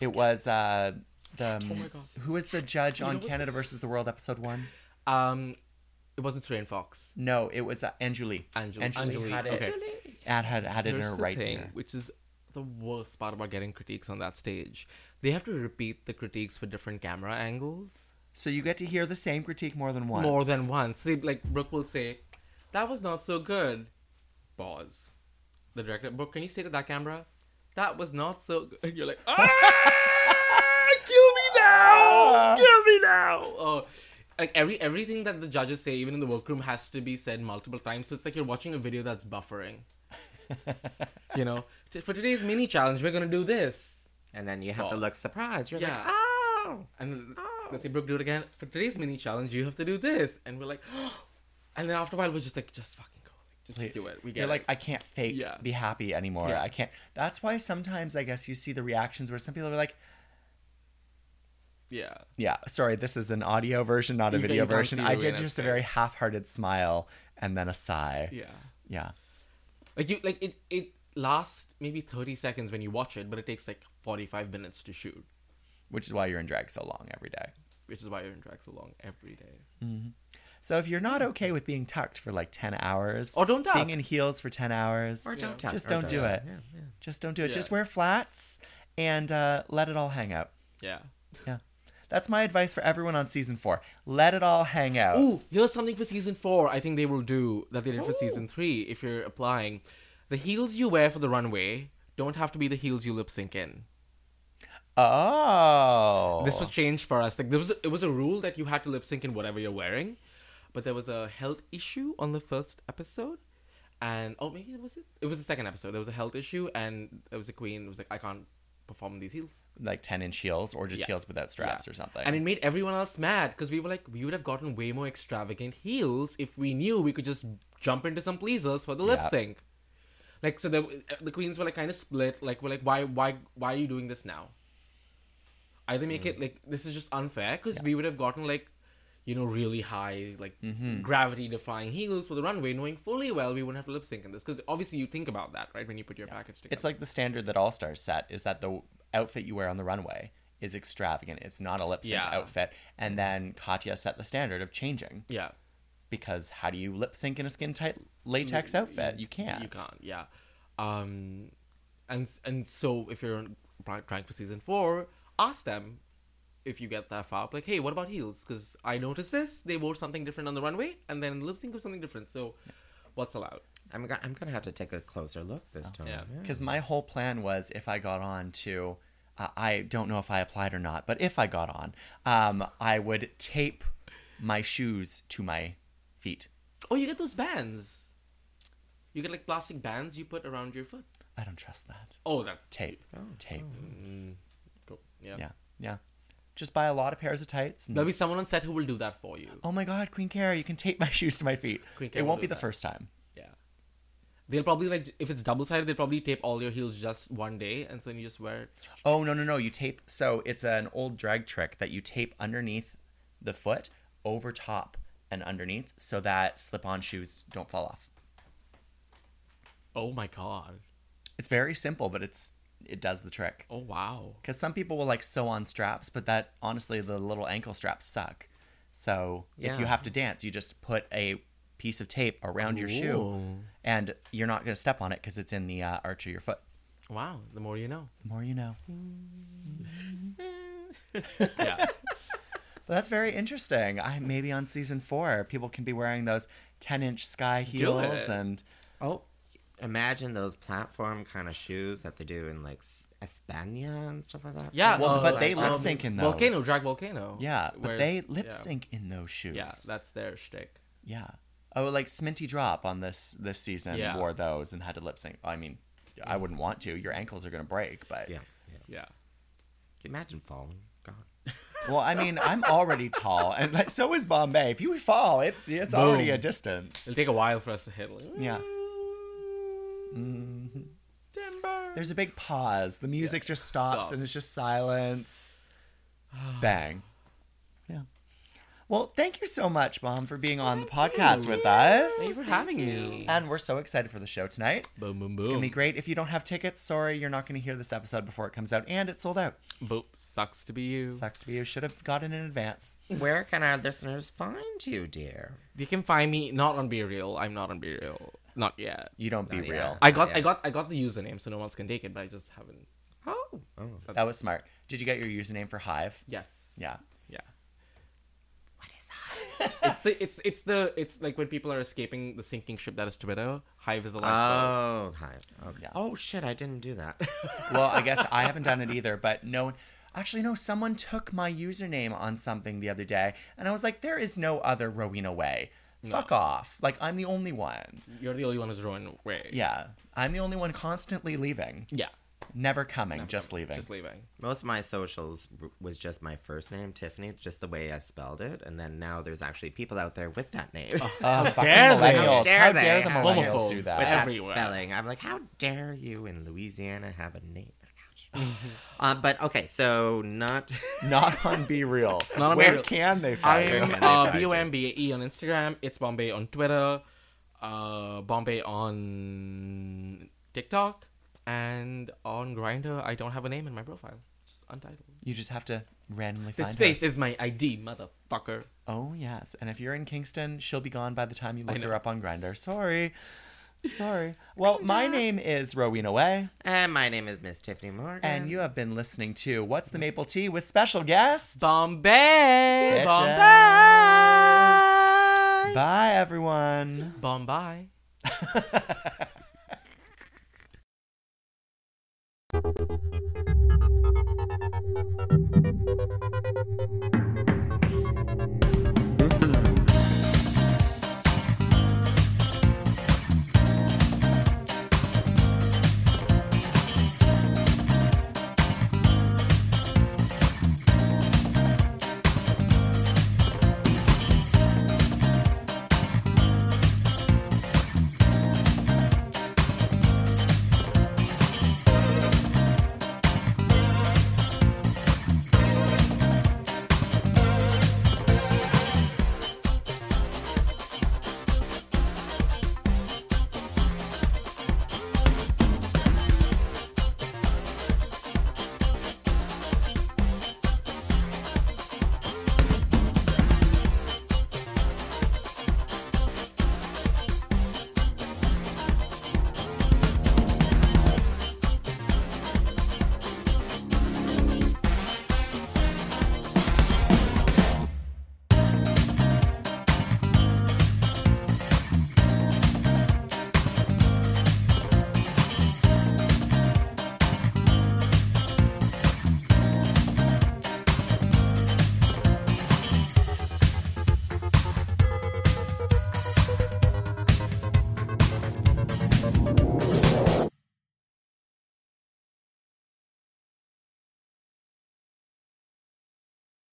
[SPEAKER 3] It was uh, the
[SPEAKER 4] God.
[SPEAKER 3] who was the judge on
[SPEAKER 4] know what-
[SPEAKER 3] Canada versus the World episode one?
[SPEAKER 4] Um, it wasn't Serene Fox.
[SPEAKER 3] No, it was uh, Anjuli.
[SPEAKER 4] Anjali. Anjali,
[SPEAKER 3] had it.
[SPEAKER 4] okay.
[SPEAKER 3] Had had, had it in
[SPEAKER 4] Here's
[SPEAKER 3] her
[SPEAKER 4] the
[SPEAKER 3] right
[SPEAKER 4] thing,
[SPEAKER 3] ear.
[SPEAKER 4] which is the worst part about getting critiques on that stage. They have to repeat the critiques for different camera angles.
[SPEAKER 3] So you get to hear the same critique more than once.
[SPEAKER 4] more than once. They like Brooke will say, "That was not so good." Pause. The director, Brooke, can you say to that camera, "That was not so good"? And you're like, "Ah, kill me
[SPEAKER 3] Ah.
[SPEAKER 4] now, kill me now." Oh, like every everything that the judges say, even in the workroom, has to be said multiple times. So it's like you're watching a video that's buffering. you know, T- for today's mini challenge, we're gonna do this.
[SPEAKER 1] And then you have to
[SPEAKER 4] Balls.
[SPEAKER 1] look surprised. You're
[SPEAKER 4] Yeah.
[SPEAKER 1] like, oh.
[SPEAKER 4] And let's say, Brooke, do it again. For today's mini challenge, you have to do this. And we're like, and then after a while, we're just like, just fucking go. Like, just do it. We get
[SPEAKER 3] You're
[SPEAKER 4] it.
[SPEAKER 3] like, I can't fake
[SPEAKER 4] Yeah.
[SPEAKER 3] be happy anymore.
[SPEAKER 4] Yeah.
[SPEAKER 3] I can't. That's why sometimes I guess you see the reactions where some people are like,
[SPEAKER 4] yeah.
[SPEAKER 3] Yeah, sorry, this is an audio version, not a
[SPEAKER 4] You-
[SPEAKER 3] video
[SPEAKER 4] you can't see
[SPEAKER 3] version.
[SPEAKER 4] the
[SPEAKER 3] I did
[SPEAKER 4] Rowena
[SPEAKER 3] just a
[SPEAKER 4] face.
[SPEAKER 3] very half hearted smile and then a sigh.
[SPEAKER 4] Yeah.
[SPEAKER 3] yeah.
[SPEAKER 4] Like, you, like, it, it lasts maybe 30 seconds when you watch it, but it takes like 45 minutes to shoot,
[SPEAKER 3] Which is why you're in drag so long every day.
[SPEAKER 4] which is why you're in drag so long every day.
[SPEAKER 3] So if you're not okay with being tucked for like 10 hours,
[SPEAKER 4] Or Oh, don't tuck.
[SPEAKER 3] being in heels for 10 hours,
[SPEAKER 1] Or don't tuck,
[SPEAKER 3] just
[SPEAKER 1] or
[SPEAKER 3] don't
[SPEAKER 1] don't-
[SPEAKER 3] do it.
[SPEAKER 1] yeah, yeah.
[SPEAKER 3] Just don't do it.
[SPEAKER 4] Yeah.
[SPEAKER 3] Just wear flats and uh, let it all hang out.
[SPEAKER 4] Yeah.
[SPEAKER 3] Yeah. That's my advice for everyone on season four. Let it all hang out.
[SPEAKER 4] Ooh, here's something for season four. I think they will do that they did for season three. If you're applying, the heels you wear for the runway don't have to be the heels you lip sync in.
[SPEAKER 3] Oh.
[SPEAKER 4] Oh. This was changed for us. Like there was, it was a rule that you had to lip sync in whatever you're wearing. but there was a health issue on the first episode, and oh maybe it was it. It was the second episode. There was a health issue, and there was a queen who was like, I can't perform these heels,
[SPEAKER 3] like 10 inch heels or just
[SPEAKER 4] Yeah.
[SPEAKER 3] heels without straps
[SPEAKER 4] Yeah.
[SPEAKER 3] or something.
[SPEAKER 4] and it made everyone else mad because we were like, we would have gotten way more extravagant heels if we knew we could just jump into some pleasers for the lip
[SPEAKER 3] Yeah.
[SPEAKER 4] sync. Like so, the the queens were like kind of split. Like we're like, why, why, why are you doing this now? Either make
[SPEAKER 3] Mm.
[SPEAKER 4] it like this is just unfair because we would have gotten like, you know, really high like
[SPEAKER 3] Mm-hmm.
[SPEAKER 4] gravity defying heels for the runway, knowing fully well we wouldn't have to lip sync in this because obviously you think about that right when you put your package together.
[SPEAKER 3] it's like the standard that All Stars set is that the outfit you wear on the runway is extravagant. It's not a lip sync
[SPEAKER 4] Yeah.
[SPEAKER 3] outfit. And then Katya set the standard of changing
[SPEAKER 4] yeah.
[SPEAKER 3] because how do you lip sync in a skin tight latex outfit? You can't.
[SPEAKER 4] You can't. Yeah. Um, and and so if you're pri- trying for season four, ask them if you get that far. Like, hey, what about heels? Because I noticed this. They wore something different on the runway, and then lip sync was something different. So, what's allowed?
[SPEAKER 1] I'm gonna I'm gonna have to take a closer look this
[SPEAKER 3] Oh.
[SPEAKER 1] time.
[SPEAKER 4] Yeah.
[SPEAKER 3] Because my whole plan was if I got on to, uh, I don't know if I applied or not, but if I got on, um, I would tape my shoes to my feet.
[SPEAKER 4] Oh, you get those bands. You get like plastic bands you put around your foot.
[SPEAKER 3] I don't trust that.
[SPEAKER 4] Oh, that.
[SPEAKER 3] Tape. tape.
[SPEAKER 4] Cool. Yeah.
[SPEAKER 3] Yeah. Yeah. Just buy a lot of pairs of tights. and-
[SPEAKER 4] There'll be someone on set who will do that for you.
[SPEAKER 3] oh my God, Queen Kara, you can tape my shoes to my feet.
[SPEAKER 4] Queen Kara
[SPEAKER 3] it
[SPEAKER 4] will
[SPEAKER 3] won't
[SPEAKER 4] do
[SPEAKER 3] be the
[SPEAKER 4] that.
[SPEAKER 3] first time.
[SPEAKER 4] Yeah. They'll probably like if it's double sided, they'll probably tape all your heels just one day, and so then you just wear it
[SPEAKER 3] Oh, no, no, no. You tape. So it's an old drag trick that you tape underneath the foot, over top, and underneath so that slip on shoes don't fall off.
[SPEAKER 4] Oh my god.
[SPEAKER 3] It's very simple, but it's it does the trick.
[SPEAKER 4] Oh wow.
[SPEAKER 3] Because some people will like sew on straps, but that honestly, the little ankle straps suck. So if
[SPEAKER 1] Yeah.
[SPEAKER 3] you have to dance, you just put a piece of tape around your shoe,
[SPEAKER 4] Ooh.
[SPEAKER 3] and you're not going to step on it because it's in the uh, arch of your foot.
[SPEAKER 4] Wow. The more you know.
[SPEAKER 3] The more you know.
[SPEAKER 4] Yeah.
[SPEAKER 3] But that's very interesting. I maybe on season four, people can be wearing those ten-inch sky heels
[SPEAKER 4] it.
[SPEAKER 3] and
[SPEAKER 1] Oh, imagine those platform kind of shoes that they do in like S- España and stuff like that.
[SPEAKER 4] Yeah.
[SPEAKER 1] too.
[SPEAKER 3] Well,
[SPEAKER 4] uh,
[SPEAKER 3] but they
[SPEAKER 4] like,
[SPEAKER 3] lip sync in those.
[SPEAKER 4] Volcano, drag volcano.
[SPEAKER 3] yeah, but
[SPEAKER 4] Whereas-
[SPEAKER 3] they lip
[SPEAKER 4] yeah.
[SPEAKER 3] sync in those shoes.
[SPEAKER 4] Yeah, that's their shtick.
[SPEAKER 3] Yeah. Oh, like Sminty Drop on this this season
[SPEAKER 4] Yeah.
[SPEAKER 3] wore those and had to lip sync. I mean, I wouldn't want to. Your ankles are gonna break, but
[SPEAKER 1] yeah, yeah.
[SPEAKER 4] Yeah.
[SPEAKER 1] Imagine falling. God.
[SPEAKER 3] well, I mean, I'm already tall, and like, so is Bombay. If you fall, it it's
[SPEAKER 4] Boom.
[SPEAKER 3] already a distance.
[SPEAKER 4] It'll take a while for us to hit. Like, Mm-hmm.
[SPEAKER 3] Yeah. Mm-hmm.
[SPEAKER 4] Timber.
[SPEAKER 3] There's a big pause. The music just stops,
[SPEAKER 4] Stop.
[SPEAKER 3] and it's just silence. Bang. Yeah. Well, thank you so much, Mom, for being on the podcast with us.
[SPEAKER 4] Thank you for having me.
[SPEAKER 3] And we're so excited for the show tonight.
[SPEAKER 4] Boom, boom, boom.
[SPEAKER 3] It's gonna be great. If you don't have tickets, sorry, you're not gonna hear this episode before it comes out, and it's sold out.
[SPEAKER 4] Boop. Sucks to be you.
[SPEAKER 3] Sucks to be you. Should have gotten in advance.
[SPEAKER 1] Where can our listeners find you, dear?
[SPEAKER 4] You can find me not on Be Real. I'm not on Be Real. Not yet.
[SPEAKER 3] You don't be
[SPEAKER 1] Not yet.
[SPEAKER 3] real.
[SPEAKER 4] I got,
[SPEAKER 1] yet.
[SPEAKER 4] I got, I got the username, so no one else can take it. But I just haven't.
[SPEAKER 1] Oh, oh.
[SPEAKER 3] That was smart. Did you get your username for Hive?
[SPEAKER 4] Yes.
[SPEAKER 3] Yeah.
[SPEAKER 4] Yeah. What is Hive? it's the it's it's the it's like when people are escaping the sinking ship that is Twitter. Hive is a
[SPEAKER 3] Ah.
[SPEAKER 4] lifeboat.
[SPEAKER 1] Oh, hi. Okay.
[SPEAKER 3] Yeah.
[SPEAKER 1] Oh shit! I didn't do that.
[SPEAKER 3] Well, I guess I haven't done it either, but no one. Actually, no, someone took my username on something the other day, and I was like, there is no other Rowena way. Fuck off. Like, I'm the only one.
[SPEAKER 4] You're the only one who's rowing away.
[SPEAKER 3] Yeah. I'm the only one constantly leaving.
[SPEAKER 4] Yeah.
[SPEAKER 3] Never coming, just leaving.
[SPEAKER 4] Just leaving.
[SPEAKER 1] Most of my socials w- was just my first name, Tiffany, just the way I spelled it, and then now there's actually people out there with that name.
[SPEAKER 3] Oh, fucking
[SPEAKER 4] dare they?
[SPEAKER 3] millennials.
[SPEAKER 1] How dare
[SPEAKER 3] How
[SPEAKER 1] they?
[SPEAKER 3] dare the
[SPEAKER 1] How
[SPEAKER 3] millennials do
[SPEAKER 4] homophobes.
[SPEAKER 1] with
[SPEAKER 3] that?
[SPEAKER 1] that
[SPEAKER 4] everywhere.
[SPEAKER 1] spelling. I'm like, how dare you in Louisiana have a name? Ouch. um, but okay, so not.
[SPEAKER 3] Not on Be Real.
[SPEAKER 4] Not on Be
[SPEAKER 3] Where
[SPEAKER 4] Real.
[SPEAKER 3] can they find
[SPEAKER 4] I'm
[SPEAKER 3] you?
[SPEAKER 4] uh, B O M B A E on Instagram. It's Bombay on Twitter. Uh, Bombay on TikTok and on Grinder. I don't have a name in my profile. It's just untitled.
[SPEAKER 3] You just have to randomly
[SPEAKER 4] This
[SPEAKER 3] find her.
[SPEAKER 4] face is my ID, motherfucker.
[SPEAKER 3] Oh yes, and if you're in Kingston, she'll be gone by the time you look her
[SPEAKER 4] know.
[SPEAKER 3] up on Grinder. Sorry, sorry. Well, my name is Rowena Way,
[SPEAKER 1] and eh, my name is Miss Tiffany Morgan.
[SPEAKER 3] and you have been listening to What's the Maple Tea with special guest.
[SPEAKER 4] Bombay.
[SPEAKER 3] Bitches.
[SPEAKER 4] Bombay.
[SPEAKER 3] Bye, everyone.
[SPEAKER 4] Bombay.